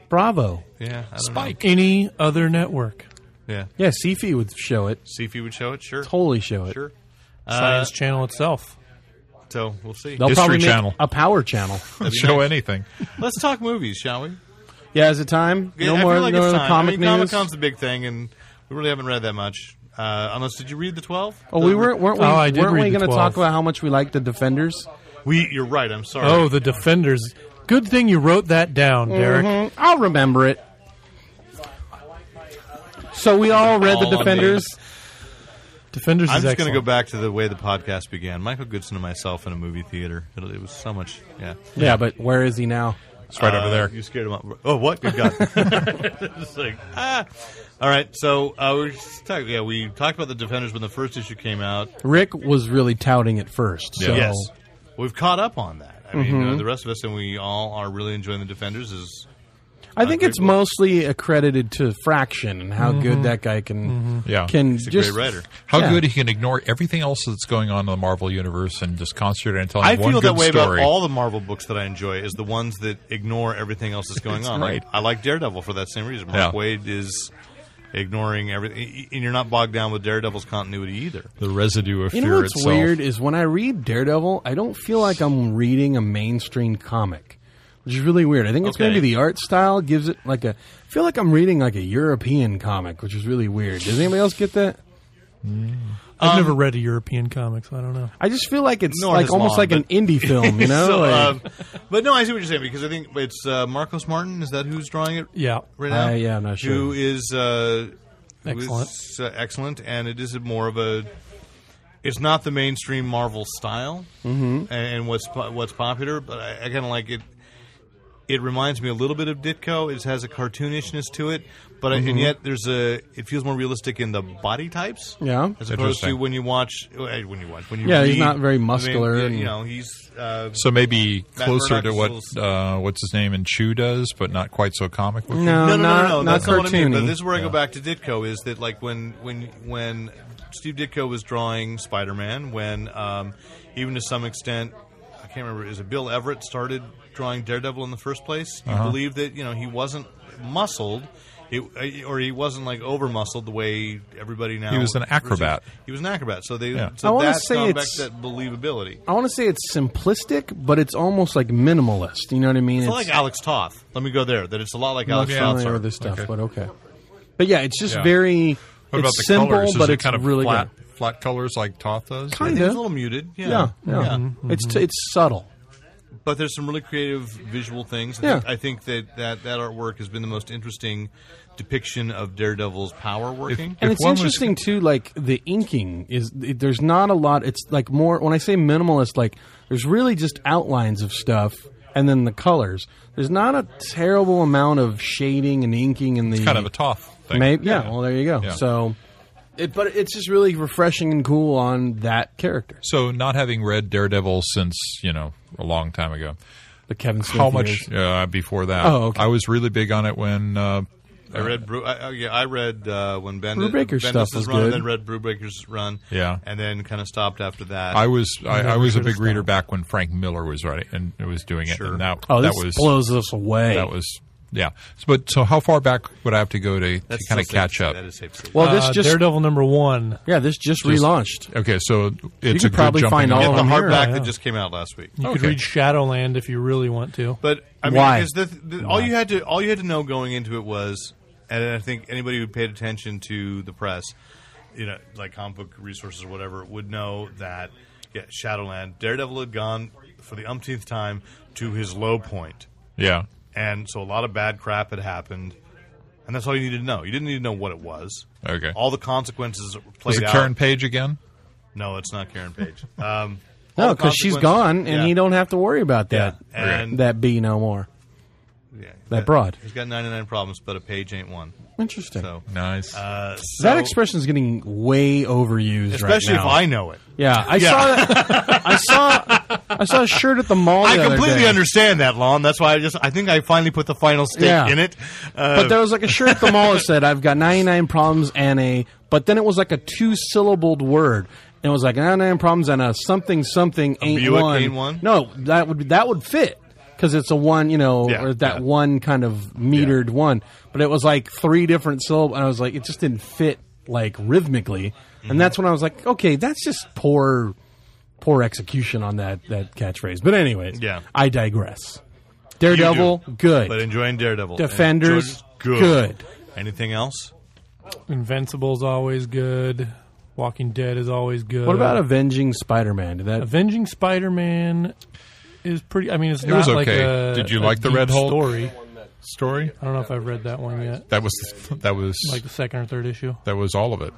S2: Bravo.
S3: Yeah, I don't
S4: Spike.
S5: Any other network.
S3: Know. Yeah,
S2: Yeah, Sifi would show it.
S3: see if you would show it. Sure,
S2: Totally show it.
S3: sure.
S5: Science Channel itself.
S3: So we'll see.
S2: They'll
S4: History
S2: probably make
S4: Channel.
S2: a Power Channel.
S4: Show anything.
S3: Let's talk movies, shall we?
S2: yeah, is it time?
S3: Yeah,
S2: no
S3: I feel
S2: more,
S3: like
S2: no
S3: it's
S2: other
S3: time.
S2: comic
S3: I mean, Comic
S2: news.
S3: Con's the big thing, and we really haven't read that much. Uh, unless, did you read the twelve?
S2: Oh, we weren't weren't we,
S5: Oh, I did
S2: weren't we
S5: read the
S2: going to talk
S5: 12.
S2: about how much we like the Defenders?
S3: We, you're right. I'm sorry.
S5: Oh, the Defenders. Good thing you wrote that down, Derek.
S2: Mm, I'll remember it. So we all read
S3: All
S2: the
S3: on
S2: Defenders.
S5: Defenders
S3: I'm
S5: is
S3: just going
S5: excellent.
S3: to go back to the way the podcast began. Michael Goodson and myself in a movie theater. It, it was so much. Yeah,
S2: Yeah, but where is he now?
S4: It's right over
S3: Uh,
S4: there.
S3: You scared him up. Oh, what? Good God! It's like ah. All right, so uh, we talk, yeah we talked about the defenders when the first issue came out.
S2: Rick was really touting it first. So
S3: Yes, we've caught up on that. I mean, uh, the rest of us and we all are really enjoying the defenders. Is
S2: I think
S3: Uh,
S2: it's
S3: Rick-
S2: mostly accredited to Fraction and how good that guy can
S4: Yeah.
S2: can
S3: he's a
S2: just
S3: great writer.
S4: How
S2: Yeah.
S4: good he can ignore everything else that's going on in the Marvel universe and just concentrate on telling
S3: I
S4: one
S3: feel
S4: good
S3: that way about
S4: story.
S3: all the Marvel books that I enjoy. Is the ones that ignore everything else that's going
S4: <laughs> That's
S3: on.
S4: right.
S3: Like, I like Daredevil for that same reason. Mark
S4: Yeah.
S3: Wade is ignoring everything, and you're not bogged down with Daredevil's continuity either.
S4: the residue of
S2: You
S4: fear
S2: know what's
S4: itself.
S2: weird is when I read Daredevil, I don't feel like I'm reading a mainstream comic, which is really weird. I think it's
S3: Okay.
S2: maybe the art style gives it like a. I feel like I'm reading like a European comic, which is really weird. Does anybody else get that?
S5: I've
S4: Um,
S5: never read a European comic, so I don't know.
S2: I just feel like it's
S3: Nor
S2: like
S3: his
S2: almost
S3: mom,
S2: like an
S3: but-
S2: indie
S3: <laughs>
S2: film, you know?
S3: so,
S2: Like,
S3: um, but no, I see what you're saying because I think it's uh, Marcos Martin. Is that who's drawing it?
S5: Yeah.
S3: right now.
S2: Uh, yeah, I'm not sure.
S3: Who is uh, who
S5: Excellent.
S3: is, uh, excellent, and it is more of a. It's not the mainstream Marvel style, mm-hmm. and what's po- what's popular. But I, I kind of like it. It reminds me a little bit of Ditko. It has a cartoonishness to it, but I
S2: Mm-hmm.
S3: and yet there's a. It feels more realistic in the body types.
S2: Yeah.
S3: as opposed to
S4: Interesting.
S3: when you watch uh, when you watch when you
S2: Yeah, he's
S3: read-
S2: not very
S3: I mean,
S2: muscular
S3: yeah,
S2: and-
S3: you know, he's uh,
S4: So maybe
S3: Matt
S4: closer to
S3: Murdock's
S4: what
S3: little-
S4: uh, what's his name and Chew does, but not quite so comic. book.
S2: no,
S3: no,
S2: not,
S3: no, no, no,
S2: not
S3: That's not what I mean.
S2: cartoony.
S3: But this is where I go back to Ditko. Is that like when when when Steve Ditko was drawing Spider Man? When um, even to some extent, I can't remember. Is it Bill Everett started drawing Daredevil in the first place?
S4: Uh-huh.
S3: You believe that you know he wasn't muscled. It, uh, or he wasn't like over muscled the way everybody now.
S4: He was an acrobat.
S3: He was an acrobat. So they.
S4: Yeah.
S2: I
S3: So
S2: wanna
S3: that's
S2: say
S3: gone back
S2: it's-
S3: to that believability.
S2: I want to say it's simplistic, but it's almost like minimalist. You know what I mean?
S3: It's, like Alex Toth. Let me go there. That it's a lot like
S2: I'm not
S3: Alex Toth's
S2: familiar
S3: art.
S2: with this stuff,
S4: Okay.
S2: but okay. But yeah, it's just
S4: Yeah.
S2: very.
S4: What about
S2: it's
S4: the
S2: simple,
S4: colors? Is
S2: but
S4: it
S2: it's
S4: kind of
S2: really
S4: flat,
S2: good.
S4: flat colors like Toth does?
S3: I
S2: Kind of.
S3: think
S2: Mm-hmm.
S3: It's a little muted.
S4: Mm-hmm.
S2: Yeah, yeah. It's it's subtle.
S3: but there's some really creative visual things. I,
S2: Yeah.
S3: think, I think that, that that artwork has been the most interesting depiction of Daredevil's power working.
S2: And
S4: If
S2: it's
S4: one was-
S2: interesting too, like the inking is there's not a lot. It's like more when I say minimalist, like there's really just outlines of stuff, and then the colors. There's not a terrible amount of shading and inking in the
S4: Kind of a tough thing.
S2: Maybe, yeah, Well, there you go.
S4: Yeah.
S2: So, it, but it's just really refreshing and cool on that character,
S4: So, not having read Daredevil since you know a long time ago,
S2: the Kevin Smith.
S4: how much
S2: years.
S4: uh, before that?
S2: Oh, okay.
S4: I was really big on it when uh,
S3: I read Bru- I, I- yeah, I read uh, when Bendis,
S2: Brubaker's
S3: Bendis's
S2: stuff was
S3: run,
S2: good.
S3: and then read Brubaker's run,
S4: Yeah.
S3: and then kind of stopped after that.
S4: I was I, I was a
S5: should've
S4: big reader
S5: stopped.
S4: back when Frank Miller was writing and was doing it.
S3: Sure.
S4: And that,
S2: Oh,
S4: that
S2: this
S4: was
S2: blows us away.
S4: that was yeah. So, but so how far back would I have to go to, to
S3: That's
S4: kind of
S3: still safe
S4: catch
S3: to say.
S4: up?
S3: That is safe to say.
S2: well, this
S5: Uh,
S2: just
S5: Daredevil number one.
S2: yeah, this just, relaunched.
S4: Okay, so it's
S2: could
S4: a good
S2: probably
S4: jumping
S2: find
S4: off
S2: all
S3: Get
S2: of
S3: the
S2: them here,
S3: hardback
S5: yeah.
S3: that just came out last week.
S5: You could
S4: Okay.
S5: read Shadowland if you really want to.
S3: But I mean,
S2: Why?
S3: Is the, the, all you had to all you had to know going into it was, and I think anybody who paid attention to the press, you know, like comic book resources or whatever, would know that yeah, Shadowland, Daredevil had gone for the umpteenth time to his low point,
S4: Yeah,
S3: and so a lot of bad crap had happened, and that's all you needed to know. You didn't need to know what it was.
S4: Okay.
S3: All the consequences played
S4: was it
S3: out.
S4: Karen Page again?
S3: No, it's not Karen
S4: <laughs>
S3: Page. Um, all
S2: No,
S3: the
S2: because she's gone,
S3: consequences-
S2: and
S3: yeah.
S2: he don't have to worry about that.
S3: and-
S2: that bee no more.
S3: Yeah.
S2: That broad.
S3: He's got 99 problems, but a page ain't one.
S2: Interesting.
S3: So,
S4: Nice.
S3: uh,
S2: that
S3: so-
S2: expression is getting way overused,
S3: especially
S2: right
S3: if
S2: now.
S3: I know it.
S2: Yeah, I
S3: <laughs>
S2: saw that. I saw. I saw a shirt at the mall.
S3: I
S2: the other
S3: completely
S2: day.
S3: understand that, Lon. That's why I just I think I finally put the final stake
S2: Yeah.
S3: in it. Uh,
S2: But there was like a shirt at the mall that said, "I've got 99 problems and a." But then it was like a two-syllabled word, and it was like 99 problems and a something something ain't
S3: Buick
S2: one.
S3: ain't one?
S2: No, that would be, that would fit because it's a one, you know,
S3: Yeah,
S2: or that
S3: yeah.
S2: one kind of metered one. But it was like three different syllables, and I was like, it just didn't fit like rhythmically,
S3: Mm-hmm.
S2: and that's when I was like, okay, that's just poor. Poor execution on that, that catchphrase. But anyways,
S3: Yeah.
S2: I digress. Daredevil,
S3: You do.
S2: good.
S3: But enjoying Daredevil.
S2: Defenders,
S3: Enjoy- good.
S2: good.
S3: Anything else?
S5: Invincible's always good. Walking Dead is always good.
S2: What about Avenging Spider-Man? Did that
S5: Avenging Spider-Man? Is pretty. I mean, it's
S4: It
S5: not
S4: was
S5: like
S4: okay.
S5: a-
S4: Did you
S5: a
S4: like the
S5: deep
S4: Red Hulk?
S5: story?
S4: Story
S5: I don't know if I've read that one yet.
S4: that was that was
S5: Like the second or third issue.
S4: that was all of it.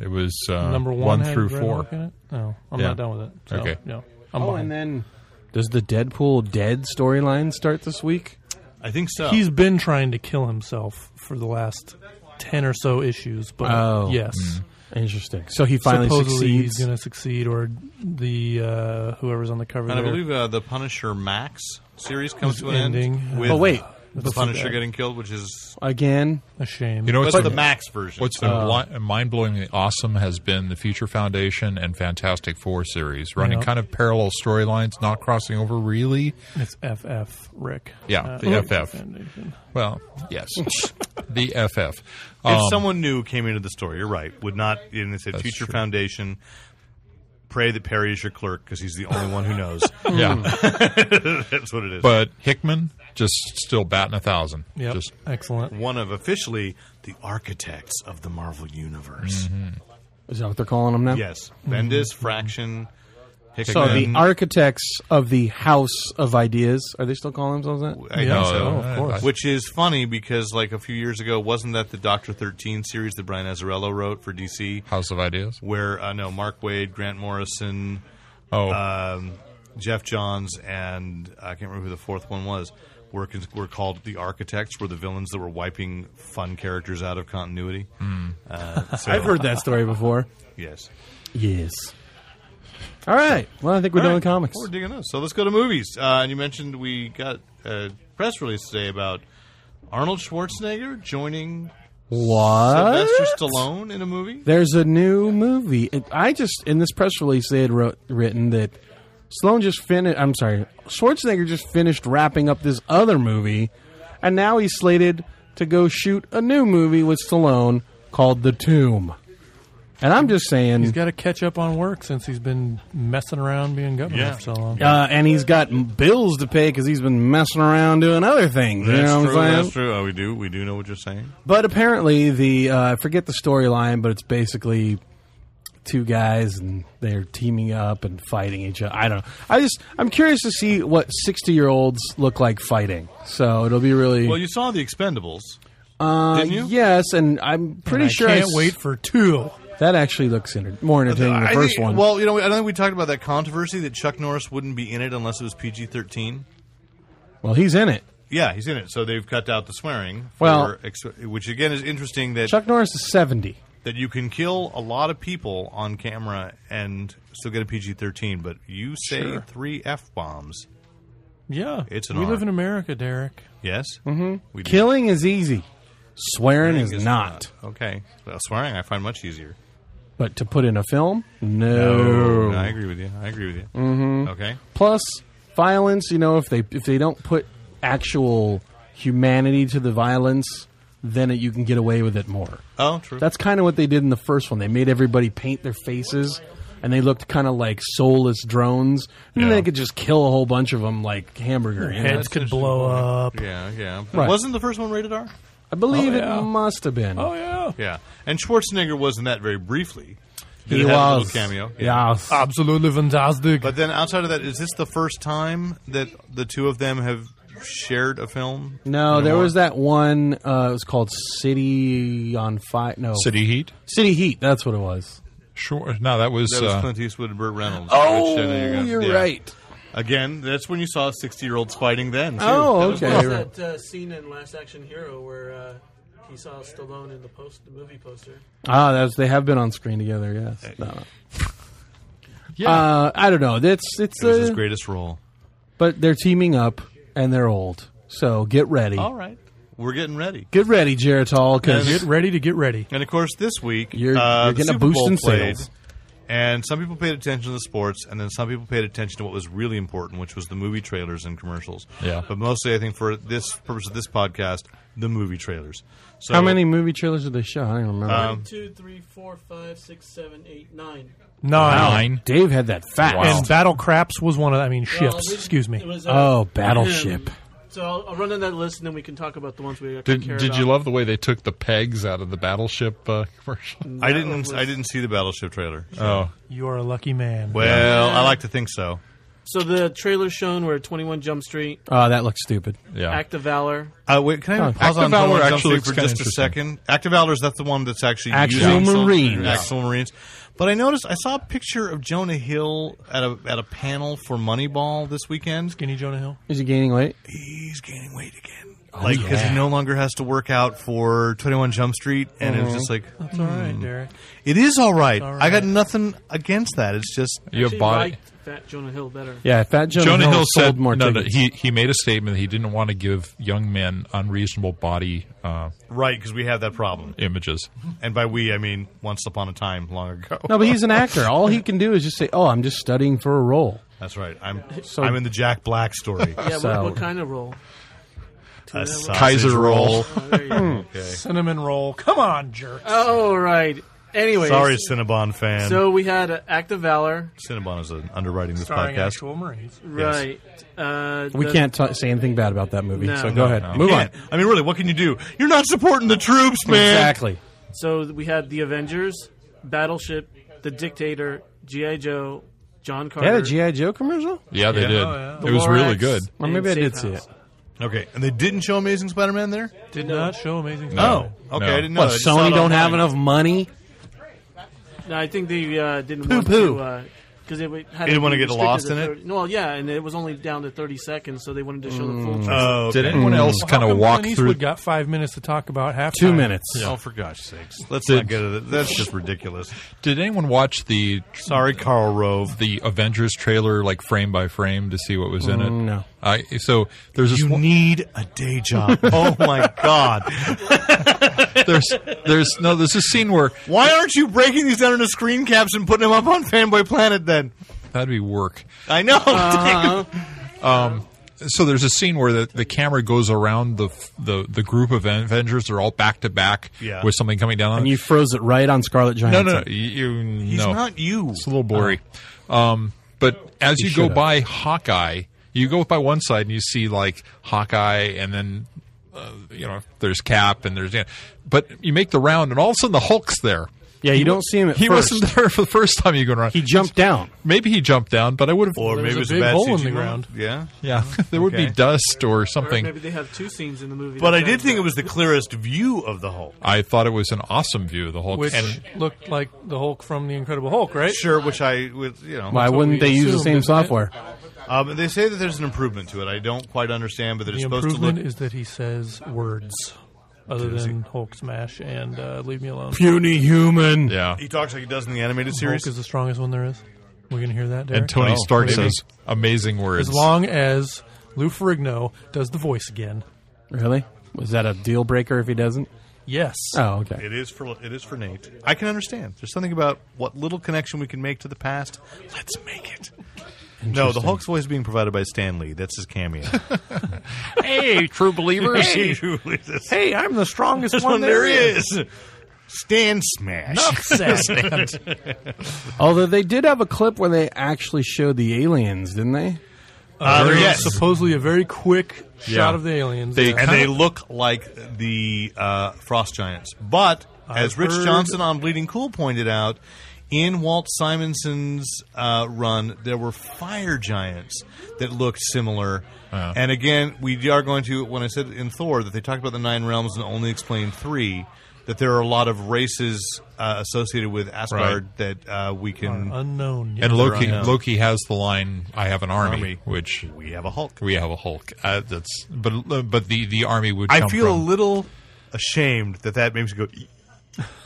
S4: It was uh,
S5: Number one,
S4: one
S5: had
S4: through
S5: Red
S4: four.
S5: Hulk in it? No, I'm
S4: Yeah.
S5: not done with it. So,
S4: Okay.
S5: no, I'm
S2: Oh,
S5: behind.
S2: and then does the Deadpool dead storyline start this week?
S3: I think
S2: Oh.
S3: so.
S5: He's been trying to kill himself for the last ten or so issues, but
S2: Oh.
S5: yes,
S2: Interesting. So he finally
S5: supposedly
S2: succeeds.
S5: he's going to succeed, or the uh, whoever's on the cover.
S3: and I
S5: there.
S3: believe uh, the Punisher Max series comes
S5: Is
S3: to an end
S5: ending.
S3: with
S2: oh wait,
S5: That's
S3: the
S5: too
S3: Punisher
S5: bad.
S3: getting killed, which is
S2: again.
S5: a shame.
S4: You know
S3: but
S4: what's
S3: the
S4: been-
S3: Max version.
S4: What's
S5: Uh,
S4: been mind blowingly awesome has been the Future Foundation and Fantastic Four series running
S5: Yeah.
S4: kind of parallel storylines, not crossing over really.
S5: it's FF Rick.
S4: Yeah, the
S5: Rick
S4: FF.
S5: Foundation.
S4: Well, yes, <laughs> the FF.
S3: if
S4: Um,
S3: someone new came into the store, you're right, would not. And they said
S4: That's
S3: Future
S4: true.
S3: Foundation. Pray that Perry is your clerk because he's the only one who knows.
S4: yeah,
S3: That's what it is.
S4: but Hickman just still batting a thousand.
S5: Yep,
S4: Just
S5: excellent.
S3: one of officially the architects of the Marvel Universe.
S2: Mm-hmm. Is that what they're calling him now?
S3: Yes, Bendis, Fraction,
S2: Mm-hmm.
S3: Hickman.
S2: So the architects of the House of Ideas are they still calling themselves that?
S3: I
S5: Yeah.
S3: think
S5: Oh,
S3: so.
S5: of course.
S3: Which is funny because, like, a few years ago, wasn't that the Doctor Thirteen series that Brian Azzarello wrote for DC,
S4: House of Ideas.
S3: where uh, no Mark Wade, Grant Morrison,
S4: Oh,
S3: um, Jeff Johns, and I can't remember who the fourth one was. Were, con- were called the architects, were the villains that were wiping fun characters out of continuity. Uh,
S2: Hmm. <laughs>
S3: so-
S2: I've heard that story before.
S3: Yes.
S2: Yes. All right. Well, I think we're done
S3: All
S2: with
S3: right.
S2: comics.
S3: We're digging those. So let's go to movies. Uh, and you mentioned we got a press release today about Arnold Schwarzenegger joining
S2: What?
S3: Sylvester Stallone in a movie.
S2: There's a new movie. It, I just in this press release they had wrote, written that Sloan just finished. I'm sorry, Schwarzenegger just finished wrapping up this other movie, and now he's slated to go shoot a new movie with Stallone called The Tomb. And I'm just saying,
S5: He's got to catch up on work since he's been messing around being governor
S3: Yeah.
S5: for so long.
S2: uh, and he's got m- bills to pay because he's been messing around doing other things. you know what I'm saying?
S3: true. Oh, we do. We do know what you're saying.
S2: But apparently, the uh, I forget the storyline, but it's basically two guys and they're teaming up and fighting each other. I don't know. I just I'm curious to see what 60 year olds look like fighting. So it'll be really
S3: Well, you saw the Expendables,
S2: uh,
S3: didn't you?
S2: yes, and I'm pretty
S5: I
S2: sure I
S5: can't
S2: s-
S5: wait for two.
S2: that actually looks enter- more entertaining than the
S3: I
S2: first
S3: think-
S2: one.
S3: Well, you know, I don't think we talked about that controversy that Chuck Norris wouldn't be in it unless it was PG thirteen.
S2: well, he's in it.
S3: Yeah, he's in it, so they've cut out the swearing. For
S2: Well-
S3: ex- which again is interesting that
S2: Chuck Norris is 70.
S3: that you can kill a lot of people on camera and still get a PG thirteen, but you say
S5: Sure.
S3: three f bombs.
S5: Yeah,
S3: It's an
S5: we
S3: honor.
S5: live in America, Derek.
S3: Yes, mm-hmm. we do.
S2: Killing is easy. Swearing is, not.
S3: Okay, well, swearing I find much easier.
S2: But to put in a film? No.
S3: I agree with you. I agree with you. Mm-hmm. Okay,
S2: Plus violence, you know, if they if they don't put actual humanity to the violence, then it, you can get away with it more.
S3: oh, true.
S2: That's kind of what they did in the first one. They made everybody paint their faces, and they looked kind of like soulless drones. And then
S3: Yeah.
S2: they could just kill a whole bunch of them like hamburger. You know?
S5: Heads could blow up.
S3: yeah, yeah.
S2: Right.
S3: Wasn't the first one rated R?
S2: I believe
S5: Oh, yeah.
S2: it must have been.
S5: Oh yeah,
S3: Yeah, and Schwarzenegger was in that very briefly.
S2: He
S3: Did have a little
S2: was
S3: cameo.
S2: Yes.
S5: Ah. absolutely fantastic.
S3: But then outside of that, is this the first time that the two of them have shared a film?
S2: no, there was that one. Uh, it was called City on Fire. No,
S4: City Heat.
S2: City Heat. That's what it was.
S4: Sure. No, that was,
S3: That was
S4: uh,
S3: Clint Eastwood and Burt Reynolds.
S2: Oh,
S3: which, uh, there you go.
S2: you're
S3: Yeah.
S2: right.
S3: Again, that's when you saw sixty-year-olds fighting. Then. too.
S2: Oh,
S3: That was
S2: okay.
S3: awesome.
S2: Well,
S6: that uh, scene in Last Action Hero where uh, he saw Stallone in the post, the movie poster?
S2: Ah, that's they have been on screen together. Yes. No, no.
S4: yeah.
S2: Uh, I don't know. It's it's.
S3: It was his
S2: uh,
S3: greatest role.
S2: But they're teaming up, and they're old. So get ready.
S3: All right, we're getting ready.
S2: Get ready, Geritol,
S5: get
S2: because
S5: ready to get ready.
S3: And of course, this week
S2: You're-
S3: uh,
S2: you're
S3: the
S2: getting a
S3: Super
S2: boost
S3: Bowl
S2: in
S3: played,
S2: sales.
S3: And some people paid attention to the sports, and then some people paid attention to what was really important, which was the movie trailers and commercials.
S4: Yeah.
S3: But mostly, I think for this purpose of this podcast, the movie trailers. So
S2: how many movie trailers did they show? I don't remember.
S3: Um,
S6: Two, three, four, five, six, seven, eight, nine.
S5: Nine.
S4: nine.
S2: Dave had that fast.
S5: And battle craps was one of. I mean
S6: Well,
S5: ships.
S6: we-
S5: excuse
S6: it
S5: me.
S6: was, uh,
S2: Oh, Battleship.
S6: him. So I'll, I'll run down that list, and then we can talk about the ones we actually
S4: Did,
S6: care
S4: did
S6: about.
S4: you love the way they took the pegs out of the battleship uh, <laughs> commercial?
S3: I didn't. I didn't see the Battleship trailer. Oh.
S5: You are a lucky man.
S3: Well, I like to think so.
S6: So the trailers shown were 21 Jump Street,
S2: Oh, that looks stupid.
S4: Yeah.
S6: Act of Valor.
S3: Uh, wait, can I
S2: Oh,
S3: pause
S4: Active
S3: on
S4: Valor
S3: Valor
S4: actually
S3: actually
S4: looks
S3: for
S4: kinda
S3: just a
S4: interesting.
S3: second? Active Valor is that the one that's actually
S2: Actual
S3: using some-
S2: Marines.
S3: Actual Marines. But I noticed I saw a picture of Jonah Hill at a at a panel for Moneyball this weekend.
S5: Skinny Jonah Hill.
S2: Is he gaining weight?
S3: he's gaining weight again. Like 'cause like, because
S2: yeah.
S3: he no longer has to work out for 21 Jump Street. And it was just like,
S5: That's all right, Derek.
S3: it is all right.
S5: all
S3: I got
S5: right.
S3: nothing against that. It's just,
S4: you have
S6: Actually
S4: body.
S6: liked Fat Jonah Hill better.
S2: Yeah, Fat Jonah,
S4: Jonah Hill
S2: sold
S4: said,
S2: more
S4: no, no,
S2: tickets.
S4: he, he made a statement that he didn't want to give young men unreasonable body uh,
S3: right, because we have that problem.
S4: images.
S3: And by we, I mean once upon a time, long ago.
S2: no, but he's an actor. All he can do is just say, "Oh, I'm just studying for a role."
S3: That's right. I'm
S2: So-
S3: I'm in the Jack Black story.
S6: Yeah,
S2: So-
S6: what, what kind of role?
S3: A sausage
S4: Kaiser roll.
S6: Oh, there you go.
S3: Okay.
S5: Cinnamon roll. Come on, jerk.
S6: All right. Anyways,
S3: Sorry, Cinnabon fan.
S6: so we had uh, Act of Valor,
S3: Cinnabon is an underwriting this
S5: Starring
S3: podcast.
S5: actual Marines.
S6: right? Uh,
S2: We
S6: the-
S2: can't ta say anything bad about that movie.
S6: No.
S2: so go ahead,
S3: You
S2: move on.
S3: can't. I mean, really, what can you do? You're not supporting the troops, man.
S2: Exactly.
S6: So we had the Avengers, Battleship, The Dictator, GI Joe,
S2: They
S6: John Carter.
S2: had a GI Joe commercial,
S4: Yeah, they
S3: Yeah.
S4: did.
S3: Oh,
S5: yeah.
S4: It was
S6: Lorax,
S4: really good.
S2: or
S6: and
S2: maybe I
S6: Safe
S2: did see
S6: House.
S2: it.
S3: Okay, and they didn't show Amazing Spider-Man there.
S5: Did not show Amazing
S4: No.
S3: Oh, okay.
S4: No.
S3: I didn't know.
S2: What
S3: that. I just saw it
S2: Sony don't have
S3: online.
S2: enough money?
S6: No, I think they uh, didn't
S2: Poo
S6: want
S2: poo.
S6: to. Because it had
S3: They didn't wanna
S6: to be
S3: get lost
S6: restricted to
S3: in
S6: 30 No, well, yeah, and it was only down to thirty seconds, so they wanted to show the full. trailer.
S5: Uh,
S3: Oh, okay.
S4: Did anyone else kind of walk
S5: Clint
S4: through?
S5: Eastwood got five minutes to talk about half.
S2: Two minutes.
S3: Oh, for gosh sakes! Let's
S4: Did-
S3: not get it. That's just ridiculous.
S4: Did anyone watch the
S3: Sorry, Carl Rove.
S4: the Avengers trailer like frame by frame to see what was in it?
S2: no.
S4: I so there's this
S3: You <laughs>
S4: one,
S3: need a day job. <laughs> oh my God!
S4: there's there's no there's a scene where
S3: Why aren't you breaking these down into screen caps and putting them up on Fanboy Planet? Then
S4: that'd be work.
S3: I know. <laughs>
S4: so there's a scene where the, the camera goes around the the the group of Avengers. They're all back to back
S3: Yeah.
S4: with something coming down.
S2: And you froze it right on Scarlet
S4: no,
S2: Johansson.
S4: no, no, you, you-
S3: He's
S4: no.
S3: not you.
S4: It's a little blurry. Um, but as you, go
S2: should've.
S4: by Hawkeye, you go by one side and you see like Hawkeye, and then uh, you know there's Cap, and there's but you make the round, and all of a sudden the Hulk's there.
S2: Yeah, you don't see him at
S4: He was
S2: first.
S4: wasn't there for the first time you go around.
S2: He jumped down.
S4: Maybe he jumped down, but I would have.
S3: Or
S5: There
S3: maybe
S5: was
S3: it's
S5: a
S3: a
S5: big
S3: bad
S5: hole in
S3: CG
S5: the
S3: moment.
S5: ground.
S3: Yeah.
S4: yeah, <laughs> there would
S3: Okay.
S4: be dust or
S6: Or
S4: something.
S6: maybe they have two scenes in the movie.
S3: But
S6: that
S3: I did
S6: sound
S3: think it
S6: like
S3: was the clearest view of the Hulk.
S4: I thought it was an awesome view of the Hulk.
S5: which
S4: and
S5: looked like the Hulk from the Incredible Hulk, right?
S3: Sure, which I with you know.
S2: Why wouldn't
S5: we
S2: they use the
S5: assumed,
S2: same
S5: isn't it?
S2: software?
S3: Um, they say that there's an improvement to it. I don't quite understand, but they're
S5: The
S3: supposed to look.
S5: improvement is that he says words other than Hulk smash and uh, leave me alone.
S2: Puny human.
S4: yeah,
S3: he talks like he does in the animated
S5: Hulk
S3: series.
S5: is the strongest one there is. We're gonna hear that. Derek?
S4: and Tony
S5: Oh,
S4: Stark
S5: maybe.
S4: says amazing words.
S5: as long as Lou Ferrigno does the voice again.
S2: Really? Was that a deal breaker if he doesn't?
S5: Yes.
S2: Oh, okay.
S3: It is for it is for Nate. I can understand. There's something about what little connection we can make to the past. Let's make it. No, the Hulk's voice being provided by Stan Lee. That's his
S5: <laughs>
S3: cameo.
S4: hey, true believers.
S3: Truly, <laughs> this,
S5: Hey, I'm the strongest
S3: this one there is. Stan Smash. <laughs>
S2: Although they did have a clip where they actually showed the aliens, didn't they?
S3: Uh,
S5: There is
S3: yes.
S5: supposedly a very quick
S4: Yeah.
S5: shot of the aliens.
S4: They-
S5: Yeah.
S3: and <laughs> they look like the uh, frost giants. But as
S5: I've
S3: Rich
S5: heard-
S3: Johnson on Bleeding Cool pointed out, in Walt Simonson's uh, run, there were fire giants that looked similar.
S4: Yeah.
S3: And again, we are going to when I said in Thor that they talked about the nine realms and only explained three. That there are a lot of races uh, associated with Asgard that uh, we can.
S5: unknown. Yeah.
S4: and Loki,
S3: They're on-
S4: Loki has the line, "I have an army,",
S3: Army.
S4: which
S3: we have a Hulk.
S4: we have a Hulk. Uh, that's but but the the army would.
S3: I
S4: come
S3: feel a
S4: from-
S3: little ashamed that that makes me go. "Eek."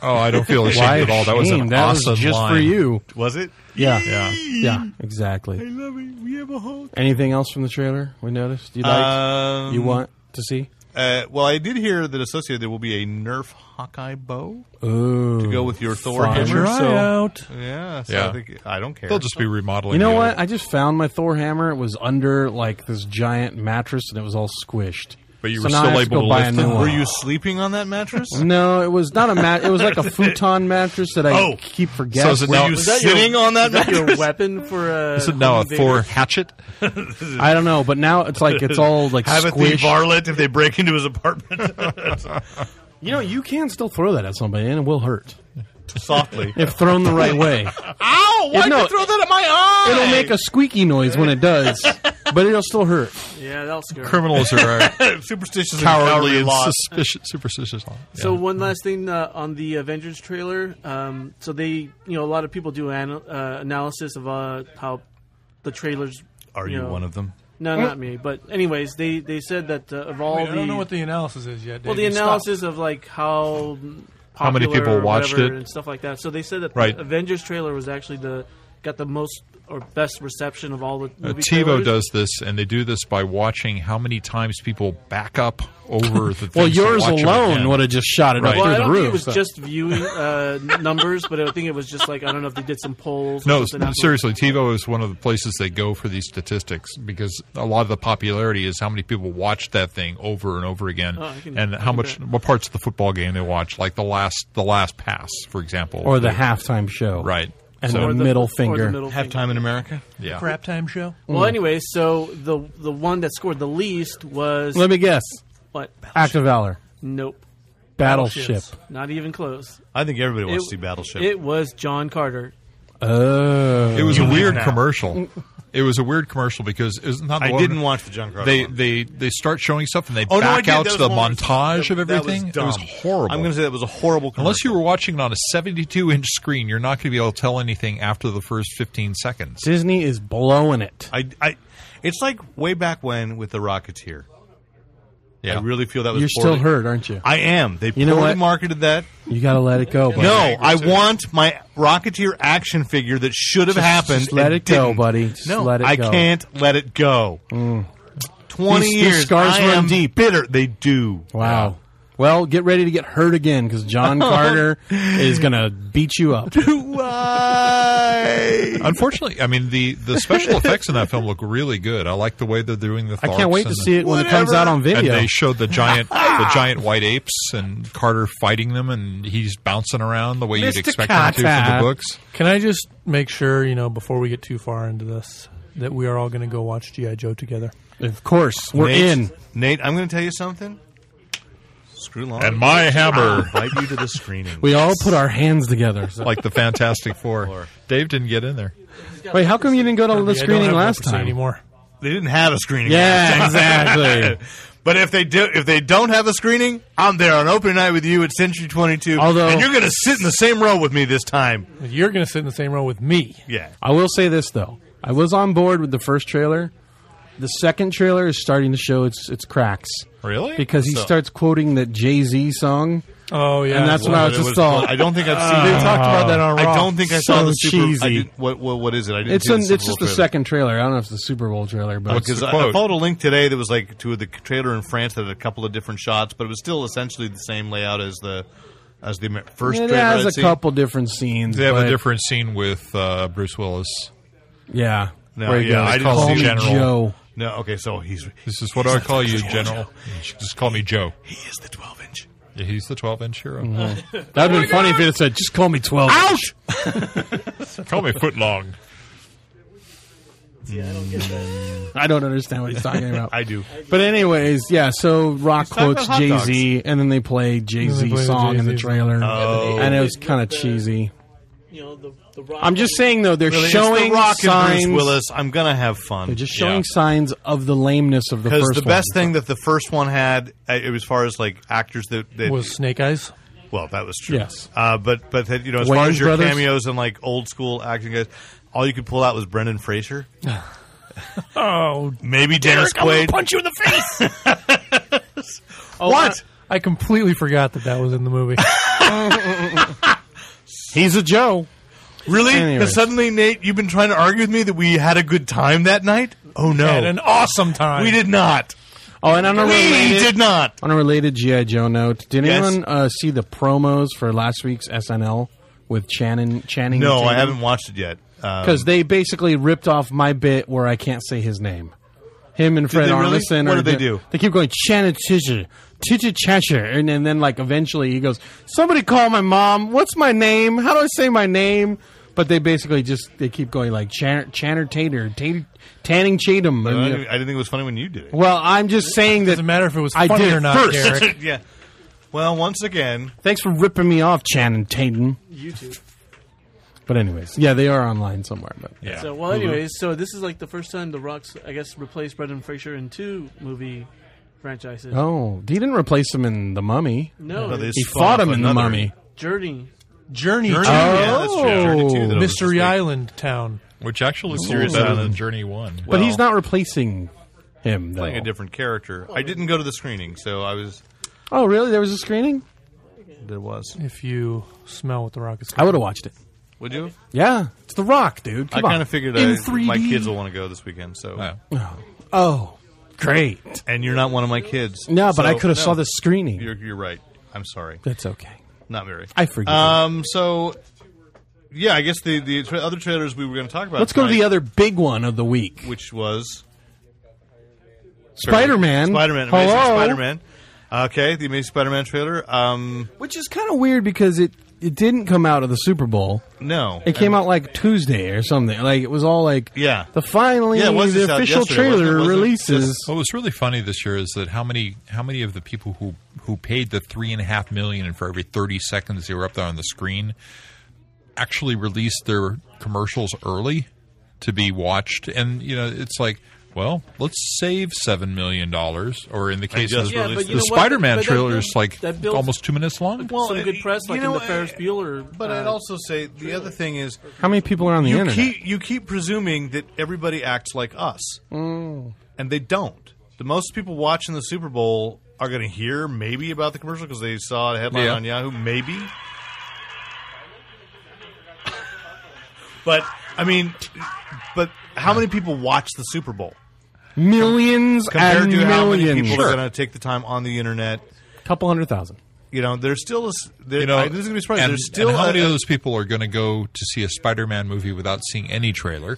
S4: Oh, I don't feel ashamed at all. That was an
S2: Shame, that was
S4: awesome
S2: just
S4: line.
S2: for you.
S3: Was it?
S2: Yeah.
S4: Yeah.
S2: Yeah, exactly.
S3: love it. We have a Hulk.
S2: Anything else from the trailer we noticed you liked?
S3: Um,
S2: you want to see?
S3: Uh, well, I did hear that associated there will be a Nerf Hawkeye bow
S2: Ooh.
S3: to go with your Thor
S2: fine.
S3: hammer.
S2: Sure.
S5: Try
S2: so-
S5: out.
S3: Yeah, so
S4: Yeah.
S3: I, think, I don't care.
S4: They'll just be remodeling.
S2: You know
S4: the
S2: what?
S4: old-
S2: I just found my Thor hammer. It was under like this giant mattress, and it was all squished.
S4: But you
S2: So
S4: were
S2: now I
S4: still
S2: have to
S4: able
S2: go
S4: to
S2: buy a
S4: lift
S2: new
S4: it.
S2: one.
S3: Were you sleeping on that mattress?
S2: No, it was not a mat. It was
S4: <laughs>
S2: like a futon mattress that I
S3: Oh.
S2: keep
S4: So
S2: forgetting.
S4: is it
S3: Were
S4: now,
S3: you
S4: is
S6: that your-
S3: sitting on that
S6: is that
S5: <laughs>
S3: mattress?
S6: your weapon for uh, a.
S4: it now a
S6: home
S4: Thor
S6: invader?
S4: hatchet?
S2: I don't know, but now it's like it's all like
S3: Have it the
S2: squished.
S3: varlet if they break into his apartment <laughs>
S2: you know, you can still throw that at somebody, and it will hurt
S3: softly.
S2: if thrown the right
S4: <laughs>
S2: way.
S3: Ow! Why'd
S2: no,
S3: you throw that at my eye?
S2: It'll make a squeaky noise when it does, but it'll still
S4: <laughs>
S2: hurt.
S6: Yeah, that'll scare me.
S4: Criminals are
S3: <laughs>
S4: uh,
S3: superstitious
S4: cowardly and
S3: lost.
S4: suspicious, superstitious. law.
S6: So
S4: Yeah.
S6: one last thing uh, on the Avengers trailer. Um, so they, you know, a lot of people do an, uh, analysis of uh, how the trailers.
S3: Are you
S6: know-
S3: one of them?
S6: No, not me. But anyways, they they said that uh, of all
S5: Wait,
S6: the
S5: I don't know what the analysis is yet.
S6: well the
S5: Dave. Stop.
S6: analysis of like how
S4: How many
S6: popular
S4: people
S6: or
S4: watched
S6: whatever
S4: it?
S6: and stuff like that. So they said that
S4: Right.
S6: the Avengers trailer was actually the got the most or best reception of all the
S4: Uh,
S6: movie
S4: TiVo
S6: trailers.
S4: does this, and they do this by watching how many times people back up
S6: <laughs>
S4: over the.
S2: Well,
S4: things to
S2: yours
S4: watch 'em
S2: alone
S4: again.
S2: would have just shot it
S4: Right.
S2: up
S6: Well,
S2: through
S6: I
S2: the
S6: don't
S2: roof.
S6: think it was
S2: so-
S6: just viewing uh, numbers, but I think it was just like I don't know if they did some polls. or
S4: No,
S6: something afterwards.
S4: seriously, TiVo is one of the places they go for these statistics because a lot of the popularity is how many people watch that thing over and over again,
S6: Oh, I can-
S4: and
S6: I
S4: how
S6: can
S4: much
S6: bet.
S4: what parts of the football game they watch, like the last the last pass, for example,
S2: or the halftime show,
S4: right.
S2: And
S4: So-
S2: the
S6: Or the-
S2: middle
S6: or the
S2: finger.
S6: middle finger.
S3: Halftime in America?
S4: Yeah,
S5: crap time show.
S6: Well, anyway, so the the one that scored the least was
S2: Let me guess.
S6: what?
S2: Act of valor.
S6: Nope,
S2: Battleship.
S6: not even close.
S3: I think everybody wants to see Battleship.
S6: It was John Carter.
S2: Oh.
S4: It was a
S3: leave
S4: weird
S3: now.
S4: commercial. It was a weld commercial because it's not. the
S3: I
S4: one-
S3: didn't watch the John Carter
S4: They
S3: one.
S4: they they start showing stuff and they
S3: Oh, no, I
S4: back
S3: did.
S4: out
S3: That
S4: to
S3: was
S4: the
S3: one was-
S4: montage of
S3: that- that was
S4: everything. It
S3: dumb.
S4: was horrible.
S3: I'm going to say that was a horrible
S4: Unless you
S3: commercial.
S4: were watching it on a 72 inch screen, you're not going to be able to tell anything after the first 15 seconds.
S2: Disney is blowing it.
S3: I, I, it's like way back when with the Rocketeer.
S4: Yeah.
S3: I really feel that was.
S2: You're still
S3: poorly-
S2: hurt, aren't you?
S3: I am. They
S2: You know
S3: poorly
S2: what?
S3: marketed that.
S2: You got to let it go, buddy.
S3: No, I want my Rocketeer action figure that should have happened.
S2: just let
S3: and
S2: it go,
S3: didn't.
S2: buddy. Just
S3: no,
S2: let it
S3: I
S2: go. Mm.
S3: can't let it go. Twenty
S2: These- these
S3: years.
S2: scars
S3: I
S2: run
S3: am
S2: deep.
S3: Bitter. They do.
S2: Wow. Well, get ready to get hurt again because
S3: <laughs>
S2: John Carter is going to beat you up.
S3: Why?
S4: Unfortunately, I mean, the, the
S2: <laughs>
S4: special effects in that film look really good. I like the way they're doing the
S2: I can't wait to see it when it comes
S3: Whatever.
S2: out on
S4: And
S2: video.
S4: they showed the giant,
S2: <laughs>
S4: the giant white apes, and Carter fighting them, and he's bouncing around the way you'd
S2: Mr.
S4: expect him to from
S2: Carter.
S4: the books.
S5: Can I just make sure you know before we get too far into this that we are all going to go watch GI Joe together?
S2: of course, we're
S3: Nate,
S2: in.
S3: Nate, I'm going to tell you something. Screw long.
S4: And my hammer.
S3: invite you to the screening.
S2: We all put our hands together. So-
S4: like
S3: <laughs>
S4: the Fantastic Four. Dave didn't get in there.
S2: Wait, how come you didn't go to
S5: I
S2: the
S5: don't
S2: screening
S5: have
S2: last
S5: 100%
S2: time?
S5: anymore.
S3: they didn't have a screening.
S2: Yeah, <laughs>
S3: <laughs>
S2: exactly.
S3: But if they do, if they don't have a screening, I'm there on opening night with you at Century 22.
S2: Although-
S3: and you're going to sit in the same row with me this time.
S5: You're going to sit in the same row with me.
S3: Yeah,
S2: I will say this though, I was on board with the first trailer. The second trailer is starting to show its its cracks
S4: Really?
S2: because he
S3: So-
S2: starts quoting the Jay Z song,
S5: Oh yeah,
S2: and that's what
S5: well,
S2: I was just thought.
S3: I don't think I've seen.
S2: They talked about that on
S3: I
S2: Raw.
S3: don't think I
S2: So
S3: saw the super.
S2: cheesy.
S3: I didn't- what, what what is it? I didn't.
S2: it's
S3: see
S2: an,
S3: the Super
S2: it's
S3: Bowl
S2: just the
S3: trailer.
S2: second trailer. I don't know if it's the Super Bowl trailer, but
S4: What's
S3: because
S4: the
S3: I, I
S4: quote?
S3: followed a link today that was like to the trailer in France that had a couple of different shots, but it was still essentially the same layout as the as the Amer- first
S2: it
S3: trailer.
S2: has
S3: I'd
S2: a
S3: seen.
S2: couple different scenes.
S4: They have
S2: but-
S4: a different scene with uh, Bruce Willis.
S2: yeah.
S3: No,
S2: Where he
S3: yeah,
S2: goes,
S3: I didn't
S2: call
S3: see
S2: me
S4: General.
S2: Joe.
S3: No, okay, so he's
S4: This is what do I call
S3: <laughs>
S4: you, General. You should Just call me Joe.
S3: he is the Mm-hmm. twelve inch.
S4: Yeah, He's the 12 inch hero.
S2: That'd
S4: Oh
S2: been funny if it had said, "Just call me 12. Ouch!
S4: call me foot long.
S2: I don't understand what he's talking about.
S3: <laughs> I do.
S2: But anyways, yeah. So Rock
S3: talking
S2: quotes
S3: about hot
S2: Jay
S3: dogs.
S2: Z, and then they play Jay
S5: Then they
S2: Z
S5: play the
S2: song in the
S5: Jay-Z song.
S2: trailer,
S3: Oh.
S2: and it was kind of cheesy.
S6: You know, the, the rock
S2: I'm just saying though, they're
S3: Really, it's
S2: showing
S3: the Rock
S2: signs.
S3: and Bruce Willis. I'm gonna have fun.
S2: They're just showing
S3: Yeah.
S2: signs of the lameness of the
S3: Because
S2: first
S3: the best
S2: one.
S3: thing that the first one had, uh, it was as far as like actors that, that
S5: was Snake Eyes.
S3: well, that was true.
S2: Yes.
S3: uh, but but that, you know, as far
S2: Wayans
S3: as your
S2: Brothers?
S3: cameos and like old school acting guys, all you could pull out was Brendan Fraser,
S5: Oh,
S3: maybe Dennis Quaid.
S5: punch you in the face!
S3: what?
S5: I completely forgot that that was in the movie.
S2: He's a Joe.
S3: Really?
S2: Anyways.
S3: Because suddenly, Nate, you've been trying to argue with me that we had a good time that night. Oh
S5: Had
S3: no,
S5: an awesome time.
S3: we did not.
S2: Oh, and on a
S3: We
S2: related,
S3: did not.
S2: on a related GI Joe note, did
S3: Yes.
S2: anyone uh, see the promos for last week's SNL with Channing? Channing?
S3: No, I haven't watched it yet. Uh,
S2: Because they basically ripped off my bit where I can't say his name. Him and Fred
S3: they really?
S2: Armisen.
S3: What
S2: are
S3: did they
S2: the-
S3: do?
S2: They keep going Shannon Tisha, Tisha Cheshire, and, and then like eventually he goes, "Somebody call my mom. What's my name? How do I say my name?" But they basically just they keep going like Chan- Channer Tater, Tater Tanning Chatham.
S3: I
S2: and, uh,
S3: didn't I didn't think it was funny when you did it.
S2: well, I'm just saying that.
S5: Doesn't matter if it was
S2: I
S5: funny
S2: did
S5: or not,
S2: first.
S5: Derek.
S3: yeah. Well, once again,
S2: <laughs> Thanks for ripping me off, Channing Tatum.
S6: YouTube.
S2: But anyways, yeah, they are online somewhere. But
S4: Yeah.
S6: So well, anyways, so this is like the first time the Rock's I guess replaced Brendan Fraser in two movie franchises.
S2: oh, he didn't replace him in the Mummy.
S6: No,
S3: No, they
S6: it's
S2: He
S3: spun
S2: fought
S3: off
S2: him in the
S3: another-
S2: Mummy.
S6: Journey.
S5: Journey,
S3: Journey,
S5: to
S3: yeah, that's true. Journey
S2: Oh.
S3: two that I was
S5: Mystery
S3: just
S5: Island Town.
S4: Which actually is better
S3: Serious
S4: than
S3: Island.
S4: Journey 1.
S2: But
S3: Well-
S2: he's not replacing him. Though.
S3: playing a different character. I didn't go to the screening, so I was
S2: oh, really? There was a screening.
S3: there was.
S5: If you smell what the rock is
S2: I would have watched it.
S3: Would you?
S2: Yeah, it's The Rock, dude.
S3: I
S2: Come
S3: kind
S2: on.
S3: of figured
S2: In
S3: I,
S2: 3D.
S3: my kids will want to go this weekend. So
S4: Yeah.
S2: Oh, great.
S3: and you're not one of my kids.
S2: No, but
S3: So,
S2: I could have
S3: no.
S2: saw the screening.
S3: You're, you're right. I'm sorry.
S2: That's okay.
S3: Not very.
S2: I forgive you.
S3: Um. So yeah, I guess the the tra- other trailers we were going to talk about.
S2: Let's go to the
S3: tonight,
S2: other big one of the week:
S3: which was
S2: Spider-Man.
S3: Spider-Man.
S2: Hello.
S3: Amazing Spider-Man. Okay, the Amazing Spider-Man trailer. Um,
S2: Which is kind of weird because it it didn't come out of the Super Bowl.
S3: no,
S2: It came out like Tuesday or something. Like it was all like
S3: Yeah.
S2: The finally
S3: Yeah, it was
S2: the
S3: just out
S2: official
S3: yesterday, wasn't it?
S2: trailer
S3: Wasn't it
S2: releases.
S4: What was really funny this year is that how many how many of the people who who paid the three and a half million and for every thirty seconds they were up there on the screen actually released their commercials early to be watched, and you know it's like. Well, let's save seven million dollars, or in the case
S3: just
S4: of
S3: Yeah,
S4: the
S3: but you know
S6: what?
S4: Spider-Man
S6: But that
S4: trailer
S6: builds-
S4: is like
S6: that builds-
S4: almost two minutes long.
S3: Well,
S6: Some good
S3: uh,
S6: press,
S3: you
S6: like
S3: know,
S6: in the Ferris
S3: uh,
S6: Bueller.
S3: But
S6: uh,
S3: I'd also say the other thing is
S2: How many people are on the
S3: you
S2: internet?
S3: keep you keep presuming that everybody acts like us,
S4: Mm.
S3: and they don't. The most people watching the Super Bowl are going to hear maybe about the commercial because they saw a headline
S4: Yeah.
S3: on Yahoo, maybe. but I mean, but how many people watch the Super Bowl
S2: millions
S3: compared
S2: and
S3: to
S2: millions.
S3: how many people
S4: Sure.
S3: are going to take the time on the internet?
S2: Couple hundred thousand.
S3: You know, there's still a s- there,
S4: you know,
S3: I, this is going to be surprised.
S4: And,
S3: there's still
S4: and how
S3: a-
S4: many of those people are going to go to see a Spider-Man movie without seeing any trailer?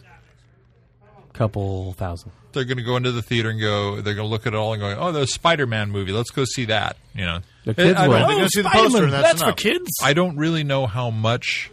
S2: Couple thousand.
S4: they're going to go into the theater and go. They're going to look at it all and go, "Oh, the Spider-Man movie. Let's go see that." You know,
S2: The kids
S4: I,
S2: will.
S4: don't,
S3: they're going to see the poster, and that's, enough.
S5: kids.
S4: I don't really know how much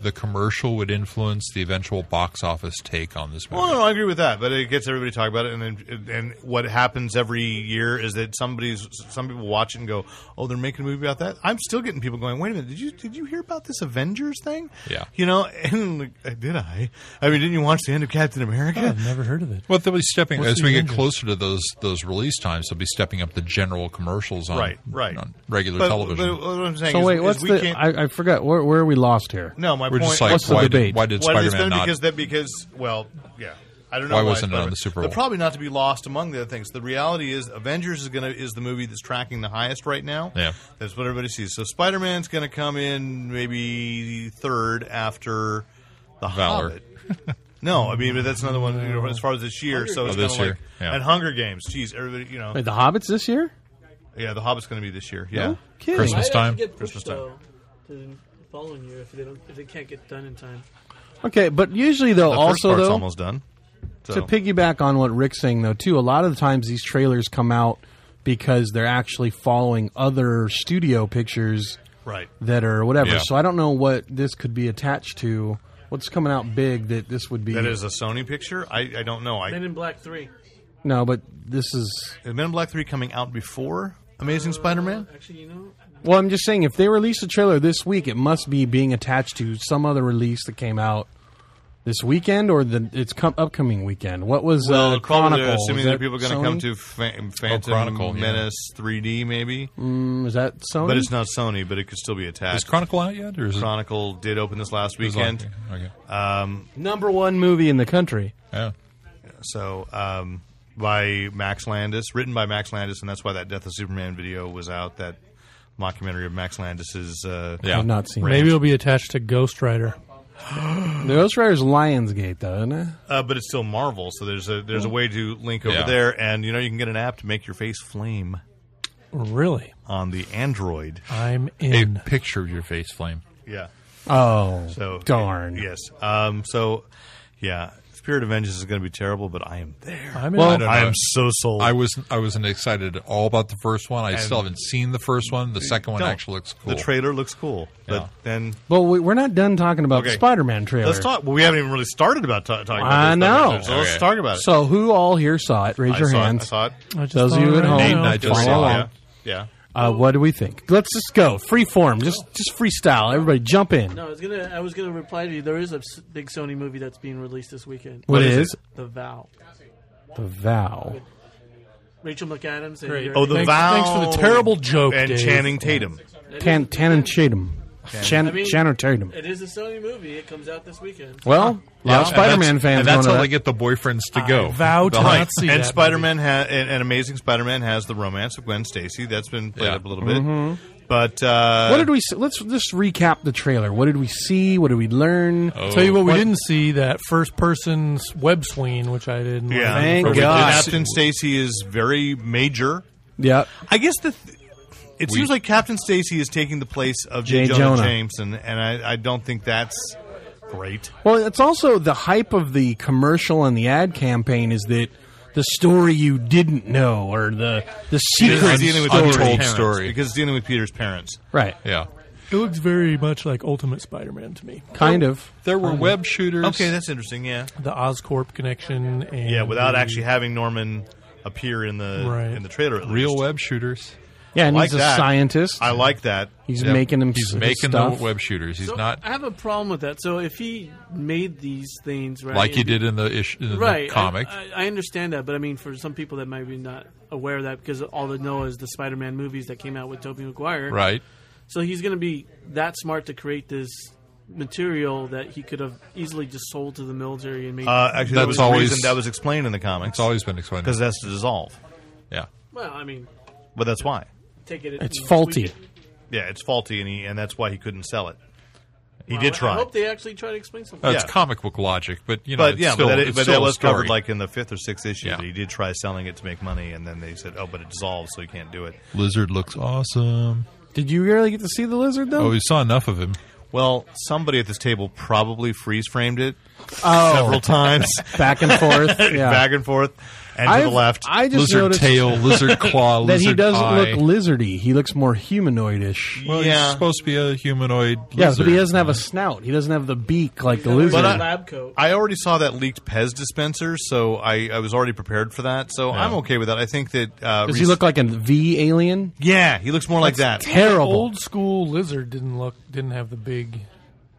S4: the commercial would influence the eventual box office take on this movie.
S3: Well, no, I agree with that, but it gets everybody talking about it, and then, and what happens every year is that somebody's some people watch it and go, "Oh, they're making a movie about that." I'm still getting people going, "Wait a minute, did you did you hear about this Avengers thing?"
S4: Yeah.
S3: you know, and like, "Uh, did I? I mean, didn't you watch the end of Captain America?
S5: I've never heard of it.
S4: Well, they'll be stepping
S5: What's
S4: as
S5: the
S4: we get
S5: Avengers?
S4: closer to those those release times. They'll be stepping up the general commercials on
S3: right, right.
S4: on regular
S3: But-
S4: television.
S3: But uh, what I'm saying
S2: So
S3: is,
S2: wait,
S3: is
S2: what's
S3: we
S2: the?
S3: can't-
S2: I, I forgot. Where, where are we lost here?
S3: no, my
S4: We're
S3: point.
S4: just like,
S2: What's the
S4: why,
S2: debate?
S4: Did, why
S3: Why
S4: did
S3: did
S4: Spider
S3: they spend
S4: Man
S3: it?
S4: not?
S3: Because that because well, yeah. I don't know
S4: Why wasn't it on
S3: Spider-Man-
S4: the Super
S3: They're
S4: Bowl?
S3: probably not to be lost among the other things. The reality is, Avengers is going to is the movie that's tracking the highest right now.
S4: Yeah.
S3: that's what everybody sees. So Spider Man's going to come in maybe third after the
S4: Valor.
S3: Hobbit. <laughs> no, I mean, but that's another one you know, as far as this year. So it's
S4: Oh, this
S3: kinda like
S4: year, yeah.
S3: and Hunger Games. Geez, everybody, you know,
S2: Wait, the Hobbits this year?
S3: yeah, the Hobbit's going to be this year. Yeah,
S2: No kidding.
S4: Christmas time.
S3: Christmas
S6: Christmas
S3: time.
S6: time. To the following year, if they don't, if they can't get done in time.
S2: Okay, but usually though,
S3: the first
S2: also
S3: part's
S2: though,
S3: almost done. So
S2: to piggyback on what Rick's saying though, too, a lot of the times these trailers come out because they're actually following other studio pictures
S3: right.
S2: that are whatever.
S4: Yeah.
S2: So I don't know what this could be attached to. What's coming out big that this would be?
S3: That is a Sony picture. I, I don't know. I
S6: Men in Black Three.
S2: no, but this is.
S3: Is Men in Black 3 coming out before
S4: Uh,
S3: Amazing Spider Man?
S6: Actually, you know,
S2: Well, I'm just saying, if they release a trailer this week, it must be being attached to some other release that came out this weekend or the it's com- upcoming weekend. What was uh, Chronicle? Was
S3: assuming that
S2: that
S3: people are going
S2: Sony?
S3: to come to Fa- Phantom
S4: Chronicle, yeah.
S3: Menace 3D, maybe.
S2: Mm, is that Sony?
S3: But it's not Sony, but it could still be
S4: Is
S3: attached.
S4: Chronicle out yet? Or is it
S3: Chronicle did open this last
S4: is it on-
S3: weekend.
S4: Okay.
S3: Um,
S2: number one movie in the country.
S4: Yeah.
S3: so, um, by Max Landis, written by Max Landis, and that's why that Death of Superman video was out, that mockumentary of Max Landis's. Uh,
S4: Yeah.
S2: I've not seen.
S5: Maybe it'll be attached to Ghost Rider.
S2: it. The Ghost Rider's Lionsgate, though, isn't it?
S3: uh, but it's still Marvel, so there's a there's a way to link over
S4: Mm. Yeah.
S3: there, and you know you can get an app to make your face flame
S5: Really?
S3: on the Android.
S5: I'm
S4: A
S5: in.
S4: picture of your face flame.
S3: Yeah.
S2: Oh,
S3: So
S2: darn.
S3: Yes. Um, so yeah, Spirit of Vengeance is going to be terrible, but I am there.
S5: I'm in.
S2: Well,
S4: don't
S3: I
S4: know.
S3: am so sold.
S4: I was I wasn't excited at all about the first one. I still haven't seen the first one. The second one
S3: Don't.
S4: actually looks cool.
S3: The trailer looks cool, but
S4: Yeah.
S3: then
S2: But we, we're not done talking about the
S3: Okay.
S2: Spider-Man trailer.
S3: let's talk. Well, we haven't even really started about ta- talking. About
S2: I
S3: this,
S2: know.
S3: So let's
S4: Okay.
S3: talk about it.
S2: So, who all here saw it? Raise
S3: I
S2: your
S3: saw it.
S2: hands.
S3: I saw it.
S5: I just
S2: those of
S5: thought
S2: you at
S5: I'd
S2: home,
S5: know.
S4: I just
S2: follow
S4: saw it.
S2: along.
S3: Yeah. Yeah.
S2: Uh, what do we think? Let's just go free form. Just just freestyle. Everybody jump in.
S6: no, I was gonna, I was gonna reply to you. There is a s- big Sony movie that's being released this weekend.
S2: what
S3: is
S2: is,
S3: it?
S6: The Vow.
S2: the vow?
S6: Rachel McAdams. And
S5: Great.
S6: Gary-
S3: Oh, the
S5: Thanks-
S3: vow.
S5: thanks for the terrible joke,
S3: And
S5: Dave.
S3: Channing Tatum.
S2: Tan Tan and Chatham. Chan
S6: I mean-
S2: Chan or Tatum.
S6: It is a Sony movie. It comes out this weekend.
S2: Well, a lot of
S4: And that's-
S2: Spider-Man fans
S4: And that's
S2: going to
S4: how
S2: that.
S4: they get the boyfriends to go.
S5: vow to
S4: Behind.
S5: not see
S3: and
S5: that
S3: Spider Man ha- and, and Amazing Spider Man has the romance of Gwen Stacy. That's been played
S4: Yeah.
S3: up a little bit.
S5: Mm-hmm.
S3: But uh,
S2: What did we? See? Let's just recap the trailer. What did we see? What did we learn?
S5: I'll Tell you what, we
S2: Oh.
S5: didn't see that first person s- web swing, which I didn't.
S3: Yeah,
S5: like.
S2: Thank
S3: Or we-
S2: God.
S3: Captain Stacy is very major.
S2: Yep.
S3: I guess the. Th- it seems like Captain Stacy is taking the place of
S2: J.
S3: J. Jonah,
S2: Jonah.
S3: Jameson, and I, I don't think that's great.
S2: Well, it's also the hype of the commercial and the ad campaign is that the story you didn't know or the the
S3: <laughs> Because
S2: secret
S3: it's dealing with
S2: story.
S3: Peter's
S4: Untold
S3: parents,
S4: story.
S3: because it's dealing with Peter's parents.
S2: Right.
S4: Yeah.
S5: It looks very much like Ultimate Spider-Man to me.
S2: Kind of.
S4: There were web shooters.
S3: Okay, that's interesting. Yeah,
S5: The Oscorp connection and
S3: yeah, without
S5: the-
S3: actually having Norman appear in the
S5: Right.
S3: in the trailer. At
S4: real
S3: least.
S4: web shooters.
S2: Yeah, and
S3: I like
S2: he's a
S3: that.
S2: scientist.
S3: I like that.
S2: he's
S4: Yep.
S2: making him.
S4: He's
S2: his
S4: making
S2: stuff.
S4: the web shooters. He's
S6: So,
S4: not
S6: I have a problem with that. So if he made these things right,
S4: like he did in the ish, in
S6: right
S4: the comic.
S6: I, I, I understand that, but I mean, for some people that might be not aware of that because all they know is the Spider-Man movies that came out with Tobey Maguire.
S4: right.
S6: So he's going to be that smart to create this material that he could have easily just sold to the military and made.
S3: Uh, actually, that
S4: That's
S3: was the
S4: always-
S3: reason that was explained in the comics
S4: It's always been explained.
S3: because that's to dissolve.
S4: Yeah.
S6: well, I mean,
S3: But that's why.
S6: take it.
S2: It's
S6: and
S2: faulty.
S6: tweak it.
S3: Yeah, it's faulty, and he, and that's why he couldn't sell it. He
S6: Well,
S3: did
S6: I-
S3: try.
S6: I hope they actually try to explain something.
S4: Uh,
S3: Yeah.
S4: It's comic book logic, but you know,
S3: but
S4: it's
S3: yeah,
S4: still,
S3: but, that,
S4: it's
S3: but
S4: still
S3: that
S4: a
S3: was
S4: story.
S3: covered like in the fifth or sixth issue.
S4: Yeah.
S3: That he did try selling it to make money, and then they said, "Oh, but it dissolves, so you can't do it."
S4: lizard looks awesome.
S2: Did you really get to see the lizard though?
S4: Oh, we saw enough of him.
S3: Well, somebody at this table probably freeze framed it several <laughs> times,
S2: Oh, back and forth. Yeah.
S3: back and forth, and to
S2: I've-
S3: the left.
S2: I just
S4: lizard
S2: noticed <laughs>
S4: tail, lizard claw,
S2: that
S4: lizard
S2: he doesn't
S4: eye.
S2: look lizardy. He looks more humanoidish.
S4: well,
S3: Yeah.
S4: he's supposed to be a humanoid.
S2: Yeah,
S4: lizard.
S2: but he doesn't have a snout. He doesn't have the beak like the lizard.
S3: But I-
S6: lab coat.
S3: I already saw that leaked Pez dispenser, so I, I was already prepared for that. So I'm okay with that. I think that uh,
S2: Does
S3: Reese-
S2: he look like a V alien?
S3: Yeah, he looks more like that.
S2: Terrible.
S5: Old school lizard didn't look didn't have the big.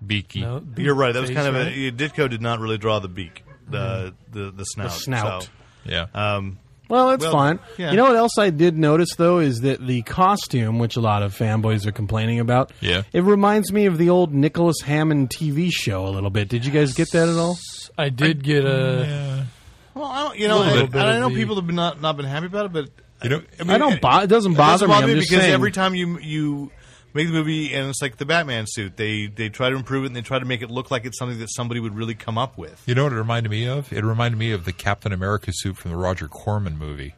S4: beaky.
S5: No,
S3: You're right. That was
S5: face,
S3: kind of a,
S5: right?
S3: Ditko did not really draw the beak, the the, the snout.
S2: snout.
S3: So,
S4: Yeah,
S3: um,
S2: Well, that's
S3: Well,
S2: fine.
S3: yeah.
S2: You know what else I did notice though is that the costume, which a lot of fanboys are complaining about,
S4: Yeah.
S2: it reminds me of the old Nicholas Hammond TV show a little bit. Did you guys get that at all?
S3: e-
S5: I did get a.
S3: well, I don't. You know, I,
S4: Little bit.
S3: and I know
S5: Little bit.
S3: people have been not not been happy about it, but
S4: You don't-
S3: I, mean,
S2: I don't. Bo- it doesn't
S3: It doesn't
S2: bother me. I'm just
S3: because
S2: saying.
S3: every time you you make the movie and it's like the Batman suit, they they try to improve it and they try to make it look like it's something that somebody would really come up with.
S4: you know what it reminded me of? It reminded me of the Captain America suit from the Roger Corman movie.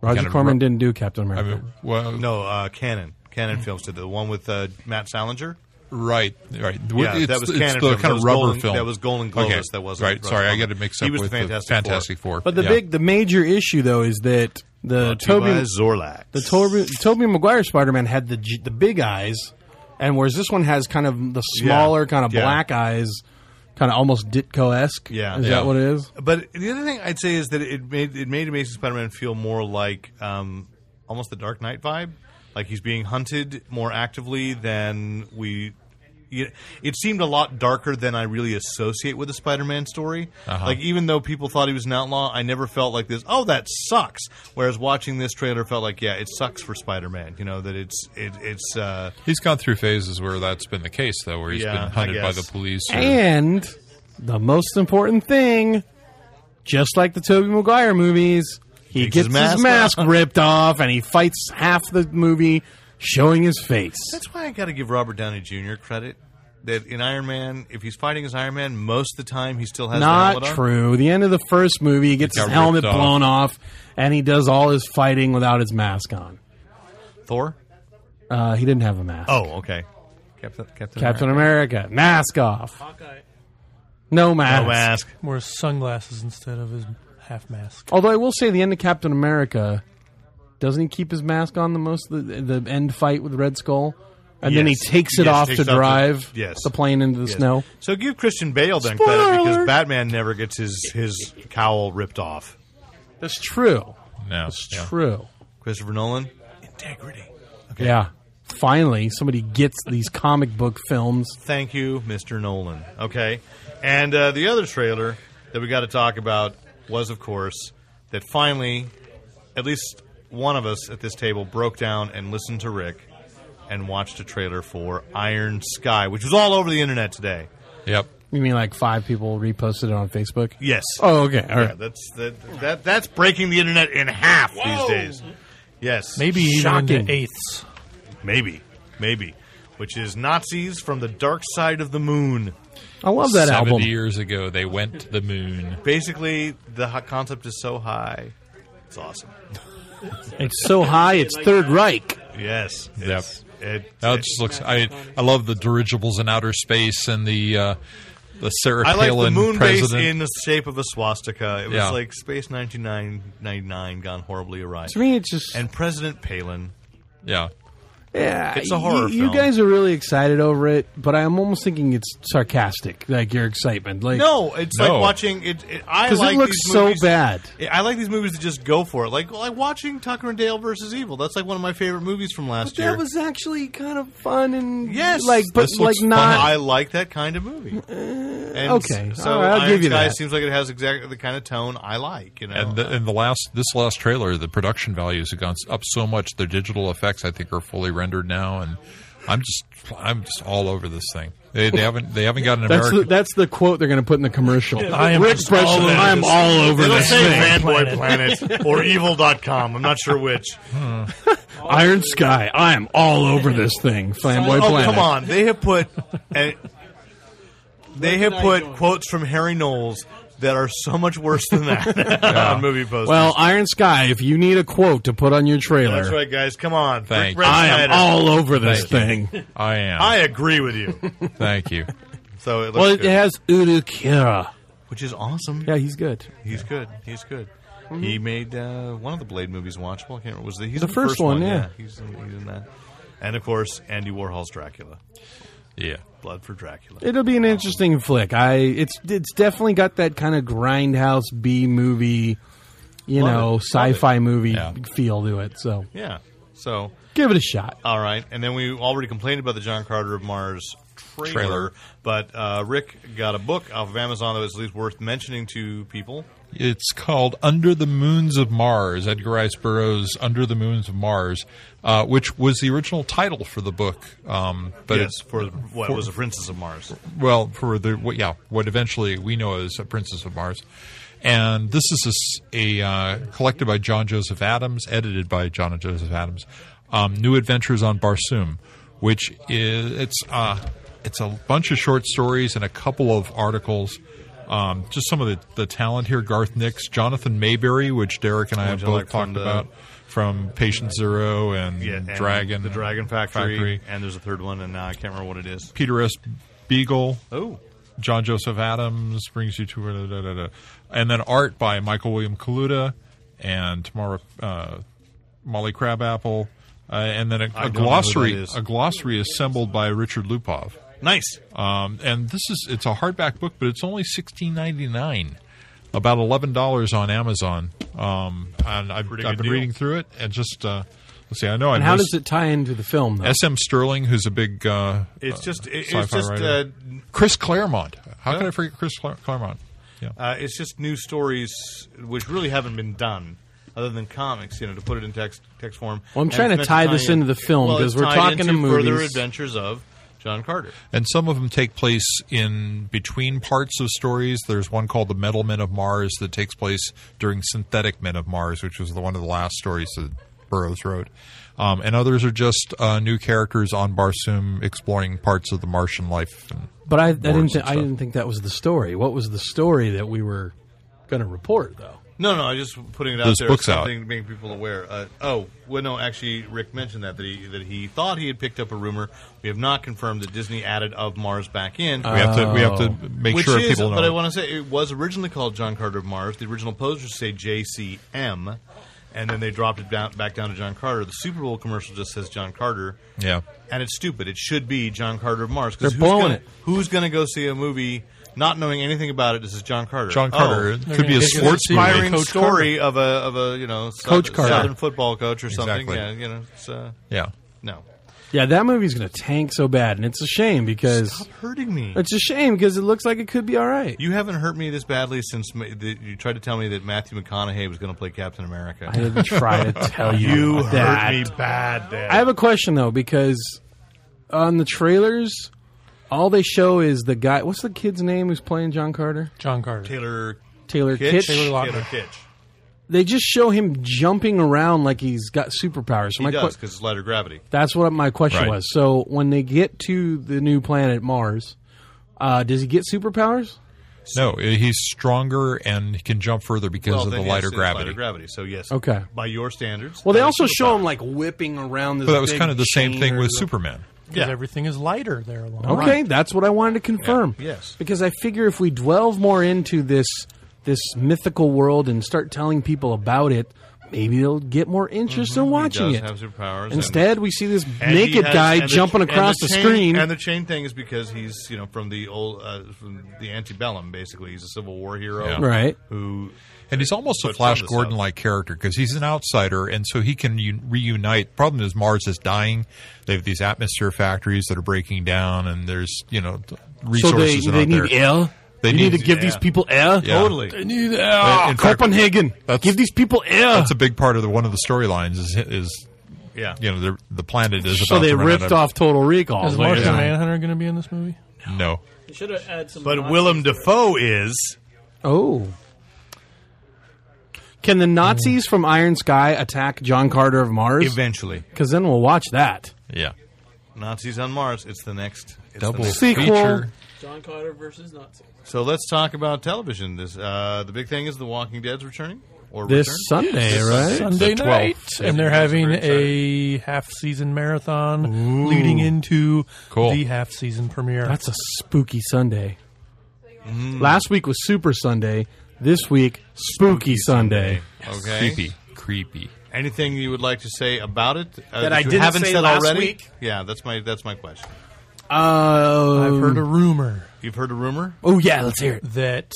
S2: Roger
S4: kind of
S2: Corman
S4: ru-
S2: didn't do Captain
S4: I
S2: America.
S4: mean, well,
S3: No, uh, Canon
S2: Mm.
S3: Canon Films did the one with uh, Matt Salinger.
S4: right, right.
S3: Yeah,
S4: it's,
S3: that was
S4: it's
S3: Cannon
S4: the
S3: Films.
S4: kind
S3: That
S4: of
S3: was
S4: rubber
S3: Golden-
S4: film.
S3: that was Golden Globus. That wasn't
S4: right.
S3: Roger
S4: Sorry, I
S3: Corman.
S4: got to mix
S3: He
S4: up
S3: was
S4: with
S3: Fantastic
S4: the Fantastic Four.
S2: but the
S4: Yeah.
S2: big, the major issue though is that the Toby,
S3: Zorlax.
S2: the Toby, Toby Maguire Spider-Man had the G- the big eyes, and whereas this one has kind of the smaller, kind of
S3: Yeah.
S2: black eyes, kind of almost Ditko-esque.
S3: Yeah.
S2: is
S3: Yeah.
S2: that what it is?
S3: But the other thing I'd say is that it made it made Amazing Spider-Man feel more like um, almost the Dark Knight vibe, like he's being hunted more actively than we. you- It seemed a lot darker than I really associate with the Spider-Man story. Like even though people thought he was an outlaw, I never felt like this. Oh, that sucks. Whereas watching this trailer felt like, yeah, it sucks for Spider-Man. You know that it's it, it's uh,
S4: He's gone through phases where that's been the case, though, where he's
S3: Yeah, I
S4: been hunted by
S3: guess.
S4: the police. or-
S2: And the most important thing, just like the Toby Maguire movies, he
S3: Takes
S2: gets
S3: his
S2: his mask,
S3: mask
S2: ripped off and he fights half the movie showing his face.
S3: That's why I got to give Robert Downey Jr. credit. That in Iron Man, if he's fighting as Iron Man, most of the time he still has the
S2: Not
S3: helmet on.
S2: true. The end of the first movie, he gets
S4: He got
S2: his helmet
S4: ripped off.
S2: blown off and he does all his fighting without his mask on.
S3: Thor.
S2: Uh, he didn't have a mask.
S3: Oh, okay. Captain Captain,
S2: Captain America, mask off.
S6: Hawkeye.
S2: No mask.
S5: Wore sunglasses instead of his half mask.
S2: Although I will say, the end of Captain America, doesn't he keep his mask on the most the, the end fight with Red Skull, and then he
S3: Yes.
S2: takes it
S3: Yes,
S2: off
S3: takes
S2: to
S3: off the-
S2: drive
S3: yes.
S2: the plane into the
S3: Yes.
S2: snow.
S3: So give Christian Bale then
S2: Spoiler
S3: credit because
S2: alert.
S3: Batman never gets his his cowl ripped off.
S2: That's true.
S4: No,
S2: That's
S4: yeah.
S2: true.
S3: Christopher Nolan. Integrity.
S2: Yeah. Finally, somebody gets these comic book films.
S3: Thank you, Mr. Nolan. Okay. And uh, the other trailer that we got to talk about was, of course, that finally, at least one of us at this table broke down and listened to Rick and watched a trailer for Iron Sky, which was all over the internet today.
S4: Yep.
S2: You mean like five people reposted it on Facebook?
S3: Yes.
S2: Oh, okay. All
S3: Yeah,
S2: right.
S3: that's that, that that's breaking the internet in half these days. Yes.
S5: Maybe even
S2: Shocking.
S5: into eighths.
S3: Maybe. Maybe. Which is Nazis from the dark side of the moon.
S2: I love that
S4: Seventy
S2: album.
S4: years ago, they went to the moon.
S3: Basically, the ho- concept is so high. It's awesome.
S2: It's so high, it's Third Reich.
S3: Yes. It's, it,
S4: Now it
S3: it-
S4: just looks. I I love the dirigibles in outer space and the uh, the Sarah
S3: I like the
S4: Palin
S3: moon base
S4: president.
S3: in the shape of a swastika. It was
S4: Yeah.
S3: like Space 1999 gone horribly awry.
S2: To me, it's just
S3: And President Palin.
S4: yeah,
S2: Yeah,
S3: It's a horror
S2: You, you
S3: film.
S2: guys are really excited over it, but I'm almost thinking it's sarcastic, like your excitement. Like
S3: No, it's
S4: No.
S3: like watching it. it I
S2: 'Cause it
S3: like
S2: looks
S3: these
S2: so
S3: movies-
S2: bad.
S3: I like these movies that just go for it. Like like watching Tucker and Dale versus Evil. That's like one of my favorite movies from last
S2: But that
S3: year.
S2: was actually kind of fun and
S3: yes,
S2: like but
S4: this
S2: like
S4: looks
S2: not. Uh,
S3: I like that kind of movie. And
S2: okay.
S3: so
S2: All right, I'll
S3: Iron
S2: give you
S3: Sky
S2: that.
S3: seems like it has exactly the kind of tone I like. You know,
S4: and the, and the last this last trailer, the production values have gone up so much. The digital effects, I think, are fully rendered now, and I'm just I'm just all over this thing. They, they haven't they haven't got an
S2: That's the,
S4: American.
S2: that's the quote they're going to put in the
S3: <laughs>
S2: commercial.
S5: I am
S2: Rick
S5: just
S2: Bresson,
S5: all over
S2: I'm
S5: this.
S2: all over
S3: It'll
S2: this
S3: say
S2: thing. <laughs>
S3: Fanboy Planet or Evil.com. I'm not sure which.
S2: Iron Sky, I am all over this thing. Fanboy
S3: oh,
S2: Planet.
S3: come on. They have put and they have put quotes from Harry Knowles that are so much worse than that
S2: <laughs>
S3: <laughs> on movie posters.
S2: Well, Iron Sky, if you need a quote to put on your trailer,
S3: that's right, guys. Come on.
S4: Thank
S3: Rick Brett
S4: you.
S2: I am
S3: Snyder.
S2: all over this thing.
S4: I am.
S3: I agree with you.
S4: Thank you.
S3: So it looks
S2: well, it
S3: good.
S2: has Urukira.
S3: which is awesome.
S2: Yeah, he's good.
S3: He's good. He's good. He made uh, one of the Blade movies watchable. I can't remember. Was the, he's
S2: The
S3: in the
S2: first one, yeah.
S3: He's, in, he's in that. And of course, Andy Warhol's Dracula.
S4: Yeah.
S3: Blood for Dracula.
S2: It'll be an interesting flick. I it's it's definitely got that kind of grindhouse B movie, you
S3: Love it.
S2: know,
S3: Love
S2: sci-fi movie
S4: Yeah.
S2: feel to it. So
S3: yeah. So,
S2: give it a shot.
S3: all right. And then we already complained about the John Carter of Mars trailer,
S4: Trailer.
S3: but uh, Rick got a book off of Amazon that was at least worth mentioning to people.
S4: It's called Under the Moons of Mars, Edgar Rice Burroughs' Under the Moons of Mars, uh, which was the original title for the book. Um, but
S3: yes,
S4: it's,
S3: for what was the Princess of Mars.
S4: well, for the, what, yeah, what eventually we know as Princess of Mars. And this is a, s- a, uh, collected by John Joseph Adams, edited by John and Joseph Adams, um, New Adventures on Barsoom, which is, it's, uh, it's a bunch of short stories and a couple of articles. Um, just some of the, the talent here: Garth Nix, Jonathan Mayberry, which Derek and I have
S3: I
S4: both
S3: like from
S4: talked
S3: the-
S4: about, from Patient Zero and,
S3: Yeah, and
S4: Dragon,
S3: the Dragon Factory, and there's a third one, and now I can't remember what it is.
S4: Peter S. Beagle,
S3: Oh,
S4: John Joseph Adams brings you to da, da, da, da. and then art by Michael William Kaluta and Tamara uh, Molly Crabapple, uh, and then a,
S3: I
S4: a
S3: don't know who that
S4: glossary
S3: is.
S4: a glossary assembled by Richard Lupov.
S3: nice.
S4: Um, and this is it's a hardback book, but it's only sixteen ninety nine, about eleven dollars on Amazon. Um, and I've,
S3: Pretty
S4: I've
S3: good
S4: been
S3: deal.
S4: reading through it and just uh, let's see. I know I
S2: And how
S4: missed
S2: does it tie into the film though?
S4: S.M. Sterling, who's a big uh,
S3: It's
S4: uh,
S3: just it,
S4: sci-fi
S3: it's just uh,
S4: writer. Chris Claremont. How could I forget Chris Cla- Claremont? Yeah.
S3: uh, it's just new stories which really haven't been done other than comics. You know, to put it in text text form.
S2: Well, I'm
S3: And
S2: trying
S3: it's
S2: to
S3: meant
S2: tie
S3: tie
S2: this
S3: in-
S2: into the film,
S3: well,
S2: 'cause
S3: it's
S2: we're
S3: tied
S2: talking
S3: into
S2: to
S3: further
S2: movies.
S3: adventures of John Carter.
S4: And some of them take place in between parts of stories. There's one called The Metal Men of Mars that takes place during Synthetic Men of Mars, which was the one of the last stories that Burroughs wrote. Um, and others are just uh, new characters on Barsoom exploring parts of the Martian life. And
S2: But I, I
S4: wars
S2: didn't
S4: and
S2: thi- I
S4: stuff.
S2: didn't think that was the story. What was the story that we were going to report though?
S3: No, no, I'm just putting it out
S4: There's
S3: there.
S4: books out.
S3: something to make people aware. Uh, oh, well, no, actually, Rick mentioned that that he that he thought he had picked up a rumor. We have not confirmed that Disney added of Mars back in.
S4: we have to we have
S2: Oh.
S4: to make
S3: Which
S4: sure
S3: is,
S4: people know.
S3: But I want to say it was originally called John Carter of Mars. The original posters say JCM, and then they dropped it down, back down to John Carter. The Super Bowl commercial just says John Carter.
S4: Yeah.
S3: and it's stupid. It should be John Carter of Mars.
S2: They're blowing
S3: gonna,
S2: it.
S3: Who's going to go see a movie not knowing anything about it? This is John Carter.
S4: John
S3: Oh,
S4: Carter It could be a
S5: They're gonna-
S4: sports
S5: they're gonna
S4: movie.
S3: inspiring
S5: Coach
S3: story of a of a you know sou-
S2: Coach Carter.
S3: Southern football coach or something.
S4: Exactly.
S3: Yeah, you know. It's, uh,
S4: Yeah.
S3: no,
S2: Yeah, that movie's going to tank so bad, and it's a shame because
S3: stop hurting me.
S2: it's a shame because it looks like it could be all right.
S3: You haven't hurt me this badly since ma- the, you tried to tell me that Matthew McConaughey was going to play Captain America.
S2: I
S4: <laughs>
S2: didn't try to tell you,
S3: You
S2: that.
S3: hurt me bad, Dad.
S2: I have a question though because on the trailers, all they show is the guy. What's the kid's name who's playing John Carter?
S5: John Carter.
S3: Taylor
S2: Taylor
S3: Kitsch.
S2: Kitsch.
S5: Taylor Lautner.
S3: Taylor Kitsch.
S2: They just show him jumping around like he's got superpowers. So
S3: He
S2: my que-
S3: does because it's lighter gravity.
S2: that's what my question
S4: Right.
S2: was. So when they get to the new planet Mars, uh, does he get superpowers?
S4: No, he's stronger and he can jump further because
S3: Well,
S4: of the
S3: then, yes,
S4: lighter
S3: it's
S4: gravity.
S3: Lighter gravity. So yes.
S2: Okay.
S3: By your standards.
S2: Well, they
S3: that is
S2: also show him
S3: superpower.
S2: like whipping around this.
S4: But that was
S2: big
S4: kind of the same
S2: chain
S4: thing
S2: or
S4: with
S2: the-
S4: Superman.
S5: Because
S3: Yeah.
S5: everything is lighter there along.
S2: Okay, that's what I wanted to confirm.
S3: Yeah, yes.
S2: because I figure if we delve more into this this mythical world and start telling people about it, maybe they'll get more interest in watching
S3: Mm-hmm. does
S2: it.
S3: have superpowers, and-
S2: Instead, we see this
S3: And he
S2: naked
S3: has-
S2: guy
S3: and the-
S2: jumping
S3: and
S2: across the,
S3: chain-
S2: screen.
S3: And the chain thing is because he's you know from the old uh, from the antebellum. Basically, he's a Civil War hero.
S4: Yeah.
S2: Right.
S3: Who
S4: And he's almost a
S3: But
S4: Flash
S3: some of the
S4: Gordon like character because he's an outsider, and so he can u- reunite. Problem is, Mars is dying. They have these atmosphere factories that are breaking down, and there's you know th-
S2: so
S4: resources
S2: they
S4: are
S2: they
S4: not
S2: need
S4: there.
S2: air.
S4: They
S2: you
S4: need-
S2: need, to give
S3: yeah.
S2: these people air.
S4: Yeah.
S3: Totally.
S2: They need air.
S4: in fact,
S2: Copenhagen.
S4: that's-
S2: give these people air.
S4: That's a big part of the, one of the storylines is is
S3: Yeah.
S4: you know the the planet is
S2: so
S4: about
S2: they
S4: to run out
S2: ripped
S4: of-
S2: off Total Recall.
S5: Is
S2: Like,
S5: Martian
S4: Yeah.
S5: Manhunter going to be in this movie?
S4: No,
S6: should have added some.
S3: But Willem Dafoe is.
S2: Oh. Can the Nazis
S3: Mm.
S2: from Iron Sky attack John Carter of Mars?
S3: Eventually,
S2: Because then we'll watch that.
S4: yeah,
S3: Nazis on Mars. It's the next it's the
S4: double
S3: next.
S2: Sequel.
S4: feature.
S6: John Carter versus Nazi.
S3: So let's talk about television. This uh, the big thing is The Walking Dead's returning or
S2: This
S3: return.
S2: Sunday, right?
S5: Sunday
S4: The 12th.
S5: night, and they're having
S3: Very
S5: a half-season marathon leading into
S4: Cool.
S5: the half-season premiere.
S2: That's a spooky Sunday.
S5: Mm-hmm.
S2: Last week was Super Sunday. This week, Spooky, Sunday.
S3: Okay.
S4: Creepy. Creepy.
S3: Anything you would like to say about it uh,
S7: That I
S3: you
S7: didn't
S3: haven't
S7: say
S3: said
S7: last
S3: already?
S7: week?
S3: Yeah, that's my that's my question.
S2: Uh,
S5: I've heard a rumor
S3: You've heard a rumor.
S2: oh yeah, let's hear it.
S5: that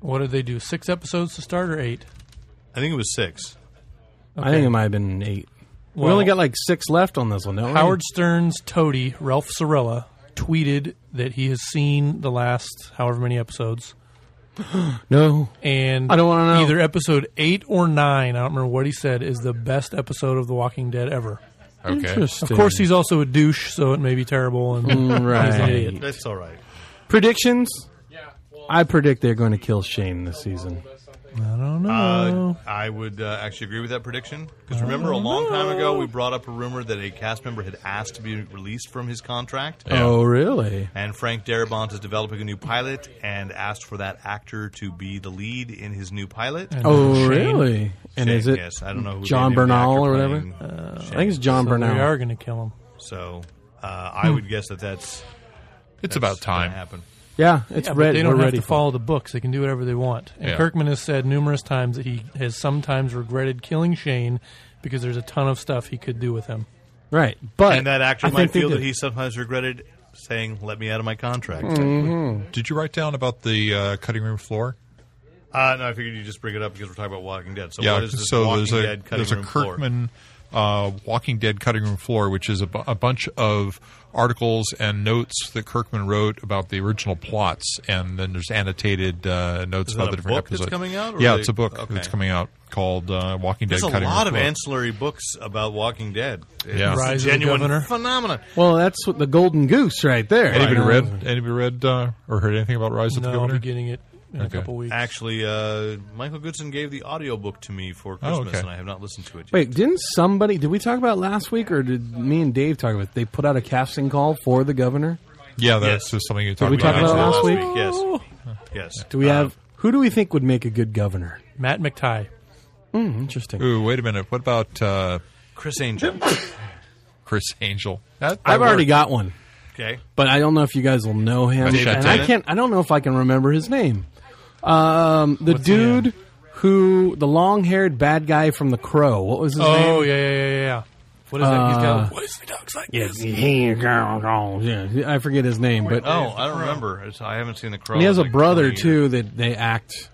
S5: what did they do? Six episodes to start or eight?
S3: I think it was six.
S2: I think it might have been eight. we
S5: Well-
S2: only got like six left on this one. Don't we?
S5: Howard Stern's toady, Ralph Sorella, tweeted that he has seen the last however many episodes.
S2: No.
S5: And
S2: I don't wanna know.
S5: Either episode eight or nine, I don't remember what he said, is the best episode of The Walking Dead ever.
S4: Okay.
S2: Interesting.
S5: Of course, he's also a douche, so it may be terrible. And
S2: Mm, right.
S5: idiot.
S3: That's all right.
S2: Predictions? I predict they're going to kill Shane this season.
S5: I don't know.
S4: Oh.
S3: Uh, I would uh, actually agree with that prediction because remember a long time ago we brought up a rumor that a cast member had asked to be released from his contract,
S2: Oh, really?
S3: and Frank Darabont is developing a new pilot and asked for that actor to be the lead in his new pilot.
S2: Oh,
S5: Shane.
S2: really? And
S3: Shane,
S2: is it?
S3: Yes, I don't know who
S2: John
S3: they named the
S2: Bernal
S3: actor
S2: or whatever?
S3: playing
S2: I think it's John
S5: we
S2: Bernal.
S5: are going to kill him.
S3: So uh, I
S2: Hmm.
S3: would guess that that's
S4: It's about
S3: gonna
S4: time.
S3: happen.
S2: Yeah, it's
S5: Yeah, but
S2: ready.
S5: they don't
S2: We're
S5: have
S2: ready
S5: to
S2: for
S5: follow the books. They can do whatever they want. And
S4: Yeah.
S5: Kirkman has said numerous times that he has sometimes regretted killing Shane because there's a ton of stuff he could do with him.
S2: it. right. But
S3: And that actor
S2: I
S3: might
S2: think they
S3: feel that
S2: did.
S3: he sometimes regretted saying, "Let me out of my contract."
S2: Mm-hmm.
S4: Did you write down about the uh, cutting room floor?
S3: Uh, no, I figured you just bring it up because we're talking about Walking Dead. So what is this
S4: so
S3: Walking
S4: there's a
S3: Dead cutting
S4: there's a
S3: room floor?
S4: Kirkman uh, Walking Dead cutting room floor, which is a, bu- a bunch of articles and notes that Kirkman wrote about the original plots, and then there's annotated uh, notes
S3: Is that
S4: about
S3: a
S4: the different
S3: book that's
S4: episodes
S3: coming out, or
S4: yeah,
S3: they-
S4: it's a book
S3: okay.
S4: that's coming out called uh, Walking
S3: There's
S4: Dead.
S3: a
S4: cutting
S3: lot of
S4: room floor.
S3: ancillary books about Walking Dead. It's
S4: Yeah.
S5: Rise
S3: a
S5: of the
S3: genuine
S5: Governor.
S3: phenomenon.
S2: well, that's what the golden goose right there.
S4: Anybody
S2: Right.
S4: read? Anybody read uh, or heard anything about Rise of the
S5: No, I'll
S4: Governor?
S5: be getting it in
S4: Okay.
S5: a couple weeks.
S3: Actually, uh, Michael Goodson gave the audiobook to me for
S4: Oh,
S3: Christmas,
S4: okay.
S3: and I have not listened to it yet.
S2: Wait, didn't somebody? Did we talk about last week, or did me and Dave talk about? it? They put out a casting call for the governor.
S4: yeah, that's
S3: Yes.
S4: just something you talked
S2: we
S4: about.
S2: talk about it last week?
S5: Oh.
S3: Yes. Yes.
S2: Do we
S3: Uh,
S2: have? Who do we think would make a good governor? Hmm,
S5: Matt McTy.
S2: Interesting.
S4: Ooh, wait a minute. What about uh,
S3: Chris Angel?
S4: Chris Angel? That, that
S2: I've already
S4: worked.
S2: got one,
S3: okay.
S2: but I don't know if you guys will know him.
S4: David
S2: And I
S4: Tennant?
S2: can't. I don't know if I can remember his name. Um, the dude who the long-haired bad guy from The Crow. What was his name? Uh,
S5: Oh yeah, yeah, yeah, yeah, yeah. What is that? He's got a voice that talks like
S2: Yeah,
S5: this.
S2: he- girl, girl, yeah, I forget his name, but
S3: Oh, I don't remember. It's- I haven't seen the crow.
S2: and he has
S3: in
S2: a
S3: like
S2: brother
S3: 20 years.
S2: too that they act.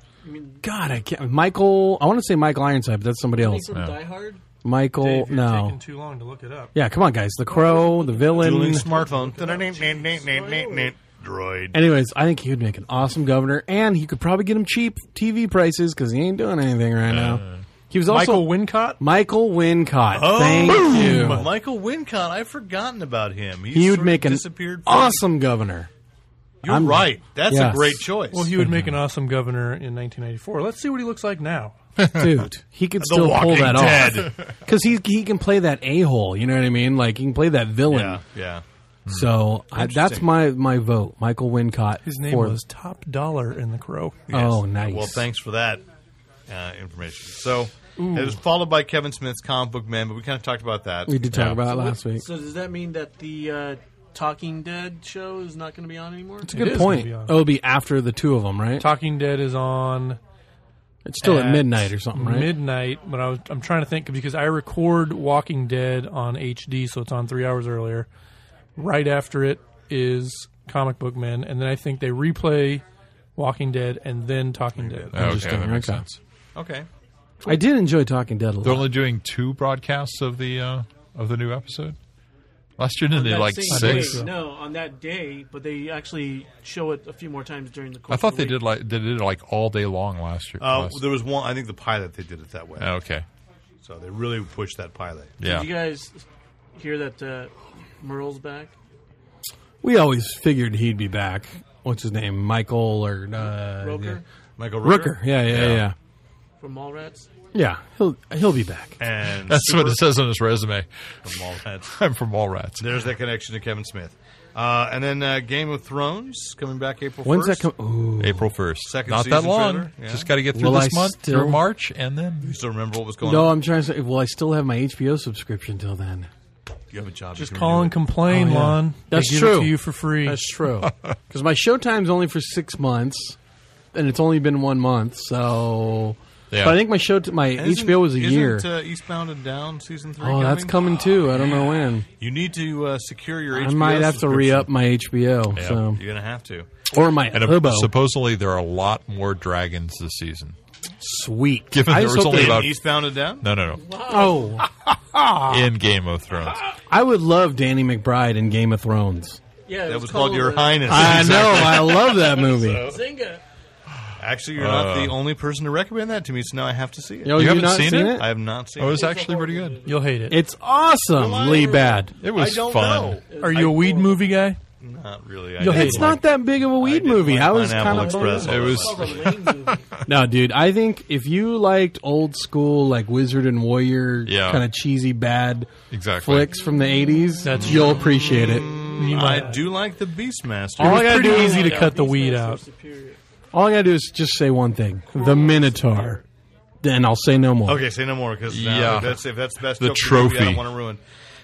S2: God, I can't. Michael, I want to say Michael Ironside, but that's somebody else.
S6: Die Hard.
S2: Michael,
S5: Dave, you're
S2: no.
S5: taking too long to look it up.
S2: Yeah, come on, guys. The Crow, the villain.
S3: Julian
S5: <laughs>
S3: smartphone. Droid.
S2: Anyways, I think he would make an awesome governor, and he could probably get him cheap TV prices because he ain't doing anything right now. He was also
S5: Michael Wincott.
S2: Michael Wincott.
S3: Uh, Oh,
S2: Thank
S3: boom.
S2: you.
S3: Michael Wincott. I've forgotten about him. He's
S2: He
S3: sort
S2: would
S3: of
S2: make an
S3: disappeared. from-
S2: awesome governor.
S3: You're
S2: I'm-
S3: right. That's
S2: Yes.
S3: a great choice.
S5: Well, he would make an awesome governor in 1994. Let's see what he looks like now.
S2: dude. He
S3: <laughs>
S2: could still pull
S3: Walking
S2: that <laughs>
S3: Dead.
S2: off because he he can play that a hole. You know what I mean? Like he can play that villain.
S3: yeah, yeah.
S2: So I, that's my my vote, Michael Wincott.
S5: His name
S2: for-
S5: was Top Dollar in The Crow.
S2: Oh,
S3: Yes.
S2: nice.
S3: Well, thanks for that uh, information. So it was followed by Kevin Smith's comic book man, but we kind of talked about that.
S2: We did talk about it last week.
S6: So does that mean that the uh, Talking Dead show is not going to be on anymore?
S2: It's a good
S5: is
S2: point.
S5: gonna be on.
S2: It'll be after the two of them, right?
S5: Talking Dead is on
S2: It's still at, midnight or something, right?
S5: Midnight, but I was, I'm trying to think because I record Walking Dead on HD, so it's on three hours earlier. Right after it is Comic Book Men, and then I think they replay Walking Dead and then Talking Dead.
S4: Okay,
S2: Interesting.
S4: that makes
S2: Okay.
S4: sense.
S3: Okay.
S2: I did enjoy Talking Dead a
S4: They're
S2: lot.
S4: only doing two broadcasts of the uh, of the new episode. Last year, didn't they
S6: That
S4: like
S6: same
S4: six?
S6: day, No, on that day, but they actually show it a few more times during the. Course
S4: I
S6: of
S4: thought
S6: the
S4: they did
S6: week.
S4: like they did it like all day long last year.
S3: Uh,
S4: last- Oh,
S3: there was one. I think the pilot they did it that way.
S4: okay,
S3: So they really pushed that pilot.
S4: yeah.
S6: Did you guys hear that uh, Merle's back?
S2: We always figured he'd be back. What's his name? Michael or uh,
S6: Roker
S3: Michael
S2: yeah.
S3: Rooker,
S2: Rooker. Yeah, yeah, yeah, yeah.
S6: from Mallrats.
S2: He'll he'll be back.
S3: and
S4: <laughs> That's what it says on his resume. <laughs>
S3: from all that.
S4: I'm from Mallrats.
S3: There's that connection to Kevin Smith. Uh, and then uh, Game of Thrones coming back April.
S2: When's
S3: 1st.
S2: that come? Ooh.
S4: April first,
S3: Second
S4: not
S3: season
S4: that long.
S3: trailer, yeah.
S4: Just got to get through
S2: Will
S4: this
S2: I
S4: month,
S2: still-
S4: through March, and then
S3: You still remember what was going
S2: No,
S3: on?
S2: I'm trying to say. Well, I still have my HBO subscription till then.
S3: you have a job.
S5: Just
S3: you can
S5: call
S3: do
S5: and
S3: it.
S5: complain,
S2: Oh, yeah.
S5: Lon. They
S2: That's
S5: give
S2: true.
S5: It to you for free.
S2: That's true. Because my showtime's only for six months, and it's only been one month. So,
S4: Yeah.
S2: but I think my show, my
S3: Isn't-
S2: HBO was a
S3: isn't,
S2: year.
S3: Uh, Eastbound and Down season three.
S2: oh, that's coming too. I don't
S3: Oh,
S2: know when.
S3: You need to uh, secure your.
S2: I
S3: HBO
S2: might have to re up
S3: subscription.
S2: my HBO. So
S3: You're gonna have to.
S2: or my
S4: And a-
S2: Hubo.
S4: supposedly there are a lot more dragons this season.
S2: Sweet.
S4: Given
S2: I
S4: there
S2: just
S4: was
S2: hope
S4: only
S2: they-
S4: about-
S3: Eastbound and Down.
S4: No, no, no.
S2: Oh,
S4: In Game of Thrones,
S2: I would love Danny McBride in Game of
S4: <laughs>
S2: Thrones.
S6: Yeah,
S3: That was called
S6: uh,
S3: Your Highness.
S2: I know. I love that movie.
S6: Zinga.
S3: Actually, you're not the only person to recommend that to me, so now I have to see it.
S2: Yo, Uh, Oh,
S4: You
S2: you Oh,
S4: haven't
S2: not
S4: seen it?
S2: it?
S3: I have not seen
S4: it
S3: it.
S4: was actually pretty good.
S5: You'll hate it.
S2: It's awesomely bad.
S4: It was
S3: I don't
S4: fun.
S3: know.
S5: Are you a weed movie guy?
S3: Not really.
S5: You'll hate
S3: I
S5: it.
S2: It's not that big of a weed
S3: didn't
S2: movie.
S3: like
S2: I was
S3: Pineapple
S2: kind of
S3: Express.
S4: It was
S3: <laughs>
S2: No, dude, I think if you liked old school, like Wizard and Warrior,
S4: Yeah.
S2: kind of cheesy, bad
S4: Exactly.
S2: flicks from the 80s,
S5: That's-
S2: you'll appreciate it.
S5: You
S3: I
S5: might.
S3: do like the Beastmaster.
S2: All I
S5: It's
S2: gotta
S5: pretty
S2: do is
S5: easy to cut the weed out.
S2: all I gotta do is just say one thing: the Minotaur. Then I'll say no more.
S3: Okay, say no more because
S4: Yeah.
S3: if that's if that's the best
S4: The
S3: joke in movie, I
S4: trophy.
S3: don't want to ruin.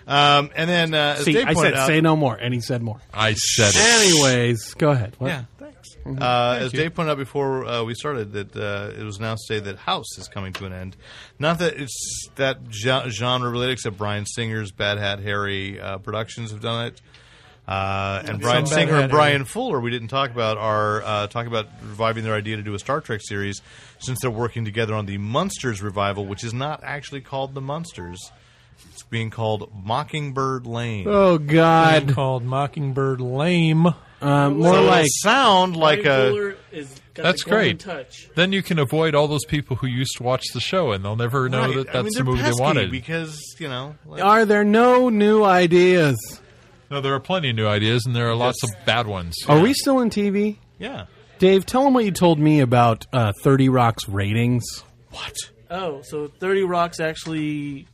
S3: Um, and then uh, as
S2: See,
S3: Dave
S2: I
S3: pointed
S2: said
S3: out,
S2: say no more, and he said more.
S4: I said it.
S2: Anyways, go ahead. <laughs> What?
S3: yeah, thanks. Uh, as Dave pointed out before uh, we started, that uh, it was announced today that House is coming to an end. Not that it's that gen- genre related, except Brian Singer's Bad Hat Harry uh, Productions have done it. Uh, and Brian
S5: Bad
S3: Singer
S5: Hat
S3: and Brian Fuller, we didn't talk about, are uh, talking about reviving their idea to do a Star Trek series since they're working together on the Munsters revival, which is not actually called the Munsters. It's being called Mockingbird Lane.
S2: Oh God.
S5: Called Mockingbird Lame.
S2: Um, more
S3: It'll
S2: like
S3: sound like uh, a
S4: That's great.
S6: Touch.
S4: Then you can avoid all those people who used to watch the show, and they'll never know
S3: Right.
S4: that that's
S3: I mean,
S4: the
S3: they're
S4: movie
S3: pesky
S4: they wanted.
S3: because you know like-
S2: Are there no new ideas?
S4: No, there are plenty of new ideas, and there are lots of bad ones.
S2: Are we still in TV?
S3: yeah
S2: Dave, tell him what you told me about uh, 30 Rock's ratings.
S3: what
S6: Oh, so 30 Rock's actually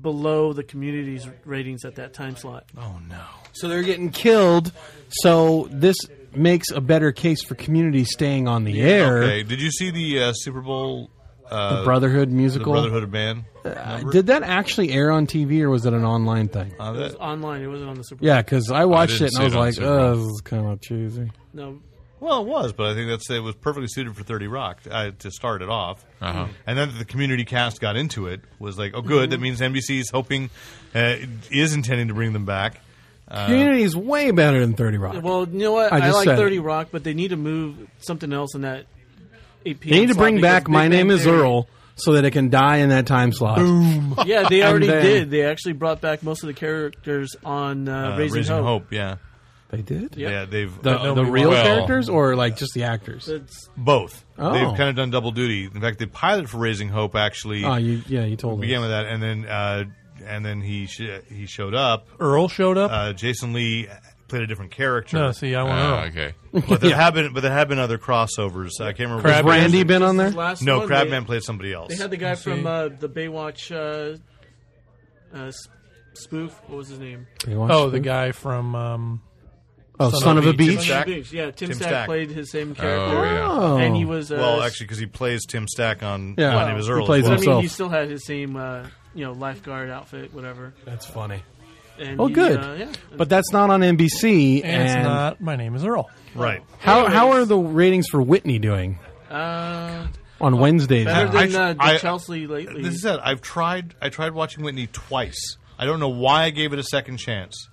S6: below the community's ratings at that time slot.
S3: oh no
S2: So they're getting killed. So this makes a better case for community staying on the air.
S3: okay did you see the uh, Super Bowl uh,
S2: The Brotherhood
S3: the
S2: musical.
S3: Brotherhood of Man number?
S2: Did that actually air on TV or was that an online thing?
S3: Uh,
S6: It was
S3: that-
S6: online. It wasn't on the Super
S2: Yeah, because I watched
S4: didn't
S2: it and I was
S4: see it on
S2: like,
S4: Super
S2: oh,
S4: Bowl."
S2: this is kind of cheesy.
S6: No.
S3: well it was but I think that's it was perfectly suited for Thirty Rock uh, to start it off
S4: Uh-huh.
S3: and then that the community cast got into it was like oh good that means NBC's hoping uh, is intending to bring them back
S2: Community is way better than 30 Rock.
S6: Well, you know what?
S2: I
S6: I,
S2: just
S6: like
S2: said it.
S6: 30 Rock, but they need to move something else in that 8 p.m.
S2: they need to
S6: slot
S2: bring
S6: because
S2: back
S6: Big
S2: My
S6: Bang
S2: Name is
S6: Theory-
S2: Earl so that it can die in that time slot.
S6: Yeah,
S2: <laughs>
S6: they already
S2: then-
S6: did. They actually brought back most of the characters on uh,
S3: uh,
S6: Raising, Hope.
S3: yeah
S2: They did?
S6: Yep.
S3: yeah they've uh,
S2: The, the
S4: nobody
S2: real
S4: watched.
S2: characters or like just the actors?
S6: That's-
S3: both
S2: Oh.
S3: they've kind of done double duty in fact the pilot for Raising Hope actually
S2: Oh, you, yeah, you told
S3: began
S2: me.
S3: with that, and then uh, and then he sh- he showed up.
S5: Earl showed up.
S3: Uh, Jason Lee played a different character.
S5: no, see, I want
S4: Ah,
S5: Earl.
S4: okay.
S3: But there have been but there have been other crossovers. I can't remember.
S5: Crabman.
S3: which-
S2: Randy been on there?
S6: Last
S3: No,
S6: one,
S3: Crabman
S6: They,
S3: played somebody else.
S6: they had the guy from uh, the Baywatch uh, uh, s- spoof. What was his name?
S5: Oh, the guy from. Um,
S2: Oh, Son, of a Beach.
S3: Beach. Stack?
S6: Beach, Yeah, Tim,
S3: Tim
S6: Stack,
S3: Stack.
S6: played his same
S4: Oh,
S6: character,
S4: yeah.
S2: Oh.
S6: and he was uh,
S3: well, actually, because he plays Tim Stack on
S2: Yeah.
S3: My Name Is
S2: He
S3: Earl. as
S2: plays
S3: well.
S6: I mean,
S2: himself.
S6: he still had his same uh, you know lifeguard outfit, whatever.
S2: That's funny.
S6: And
S2: Oh,
S6: he,
S2: good.
S6: Uh, yeah,
S2: But that's not on NBC.
S5: and
S2: And,
S5: it's not. My name is Earl.
S3: Right.
S2: how how are the ratings for Whitney doing
S6: uh,
S2: on Wednesdays?
S6: better
S2: now?
S6: than
S3: I-
S6: uh, the
S3: I-
S6: Chelsea lately.
S3: This is it. I've tried. I tried watching Whitney twice. I don't know why I gave it a second chance.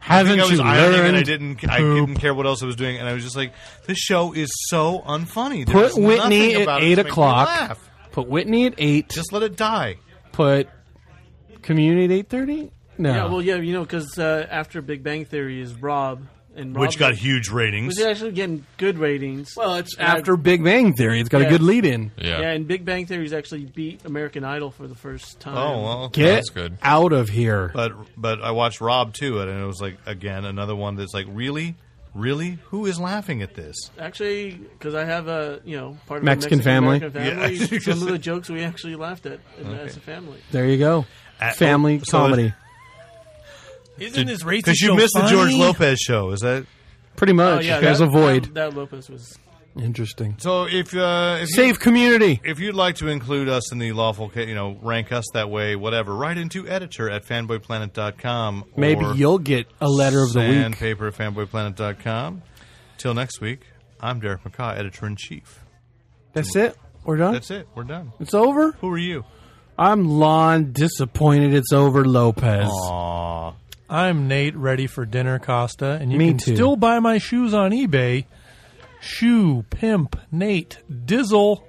S3: I
S2: Haven't
S3: think I was
S2: you
S3: ironing and I
S2: learned?
S3: didn't. I didn't care what else I was doing, and I was just like, "This show is so unfunny."
S2: Put
S3: There's
S2: Whitney
S3: nothing
S2: at
S3: about it
S2: eight
S3: to make me
S2: o'clock.
S3: laugh.
S2: Put Whitney at eight.
S3: Just let it die.
S2: put Community at eight thirty. No.
S6: yeah, well, yeah, you know, because uh, after Big Bang Theory is Rob and Rob
S3: Which got huge ratings.
S6: was actually getting good ratings. Well, it's
S2: after Big Bang Theory, it's got a
S6: Yeah.
S2: good lead in.
S4: Yeah.
S6: Yeah, and Big Bang Theory's actually beat American Idol for the first time.
S3: Oh well.
S2: Get
S4: That's good.
S2: out of here.
S3: But but I watched Rob too, and it was like again another one that's like really, really, who is laughing at this?
S6: Actually, because I have a you know part of
S2: Mexican
S6: a Mexican
S3: family. <laughs>
S6: family,
S3: Yeah, I think
S6: some of
S3: so.
S6: the jokes we actually laughed at as a family.
S2: There you go.
S3: At-
S2: Family
S3: oh, so
S2: comedy,
S5: Isn't this racist?
S3: Because you missed the George Lopez show, is that?
S2: pretty much.
S6: Oh yeah,
S2: There's
S6: that,
S2: a void.
S6: That, that Lopez was
S2: Interesting.
S3: So if uh, if, you,
S2: Save community.
S3: if you'd like to include us in the lawful, ca- you know, rank us that way, whatever, write into editor at fanboyplanet.com.
S2: Maybe
S3: or
S2: you'll get a letter of the week.
S3: sandpaper at fanboyplanet.com. Till next week, I'm Derek McCaw, editor in chief.
S2: That's it. We're done.
S3: That's it. We're done.
S2: It's over.
S3: Who are you?
S2: I'm Lon. Disappointed. It's over. Lopez.
S3: Aw.
S5: I'm Nate, ready for dinner, Costa, and you
S2: Me
S5: can
S2: too.
S5: still buy my shoes on eBay. Shoe pimp Nate Dizzle.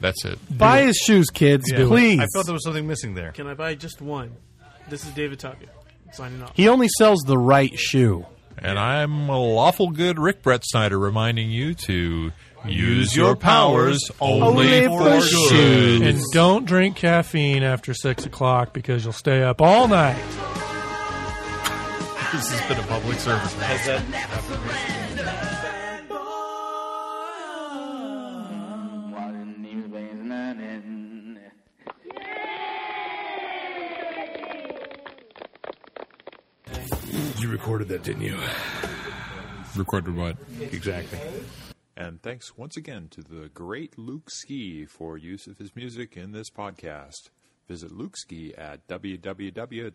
S4: That's it.
S2: Buy his shoes, kids.
S3: Yeah.
S2: Please.
S3: I felt there was something missing there.
S6: Can I buy just one? This is David Tapia signing off.
S2: he only sells the right shoe.
S4: And I'm a lawful good Rick Brett Snyder reminding you to use your powers only,
S2: Only
S4: for
S2: for
S4: good.
S5: And don't drink caffeine after six o'clock because you'll stay up all night.
S4: This has been a public service.
S7: Watching these veins running.
S8: You recorded that, didn't you?
S4: Recorded what?
S8: Exactly.
S9: And thanks once again to the great Luke Ski for use of his music in this podcast. Visit Luke E Ski at www.lukeski.com.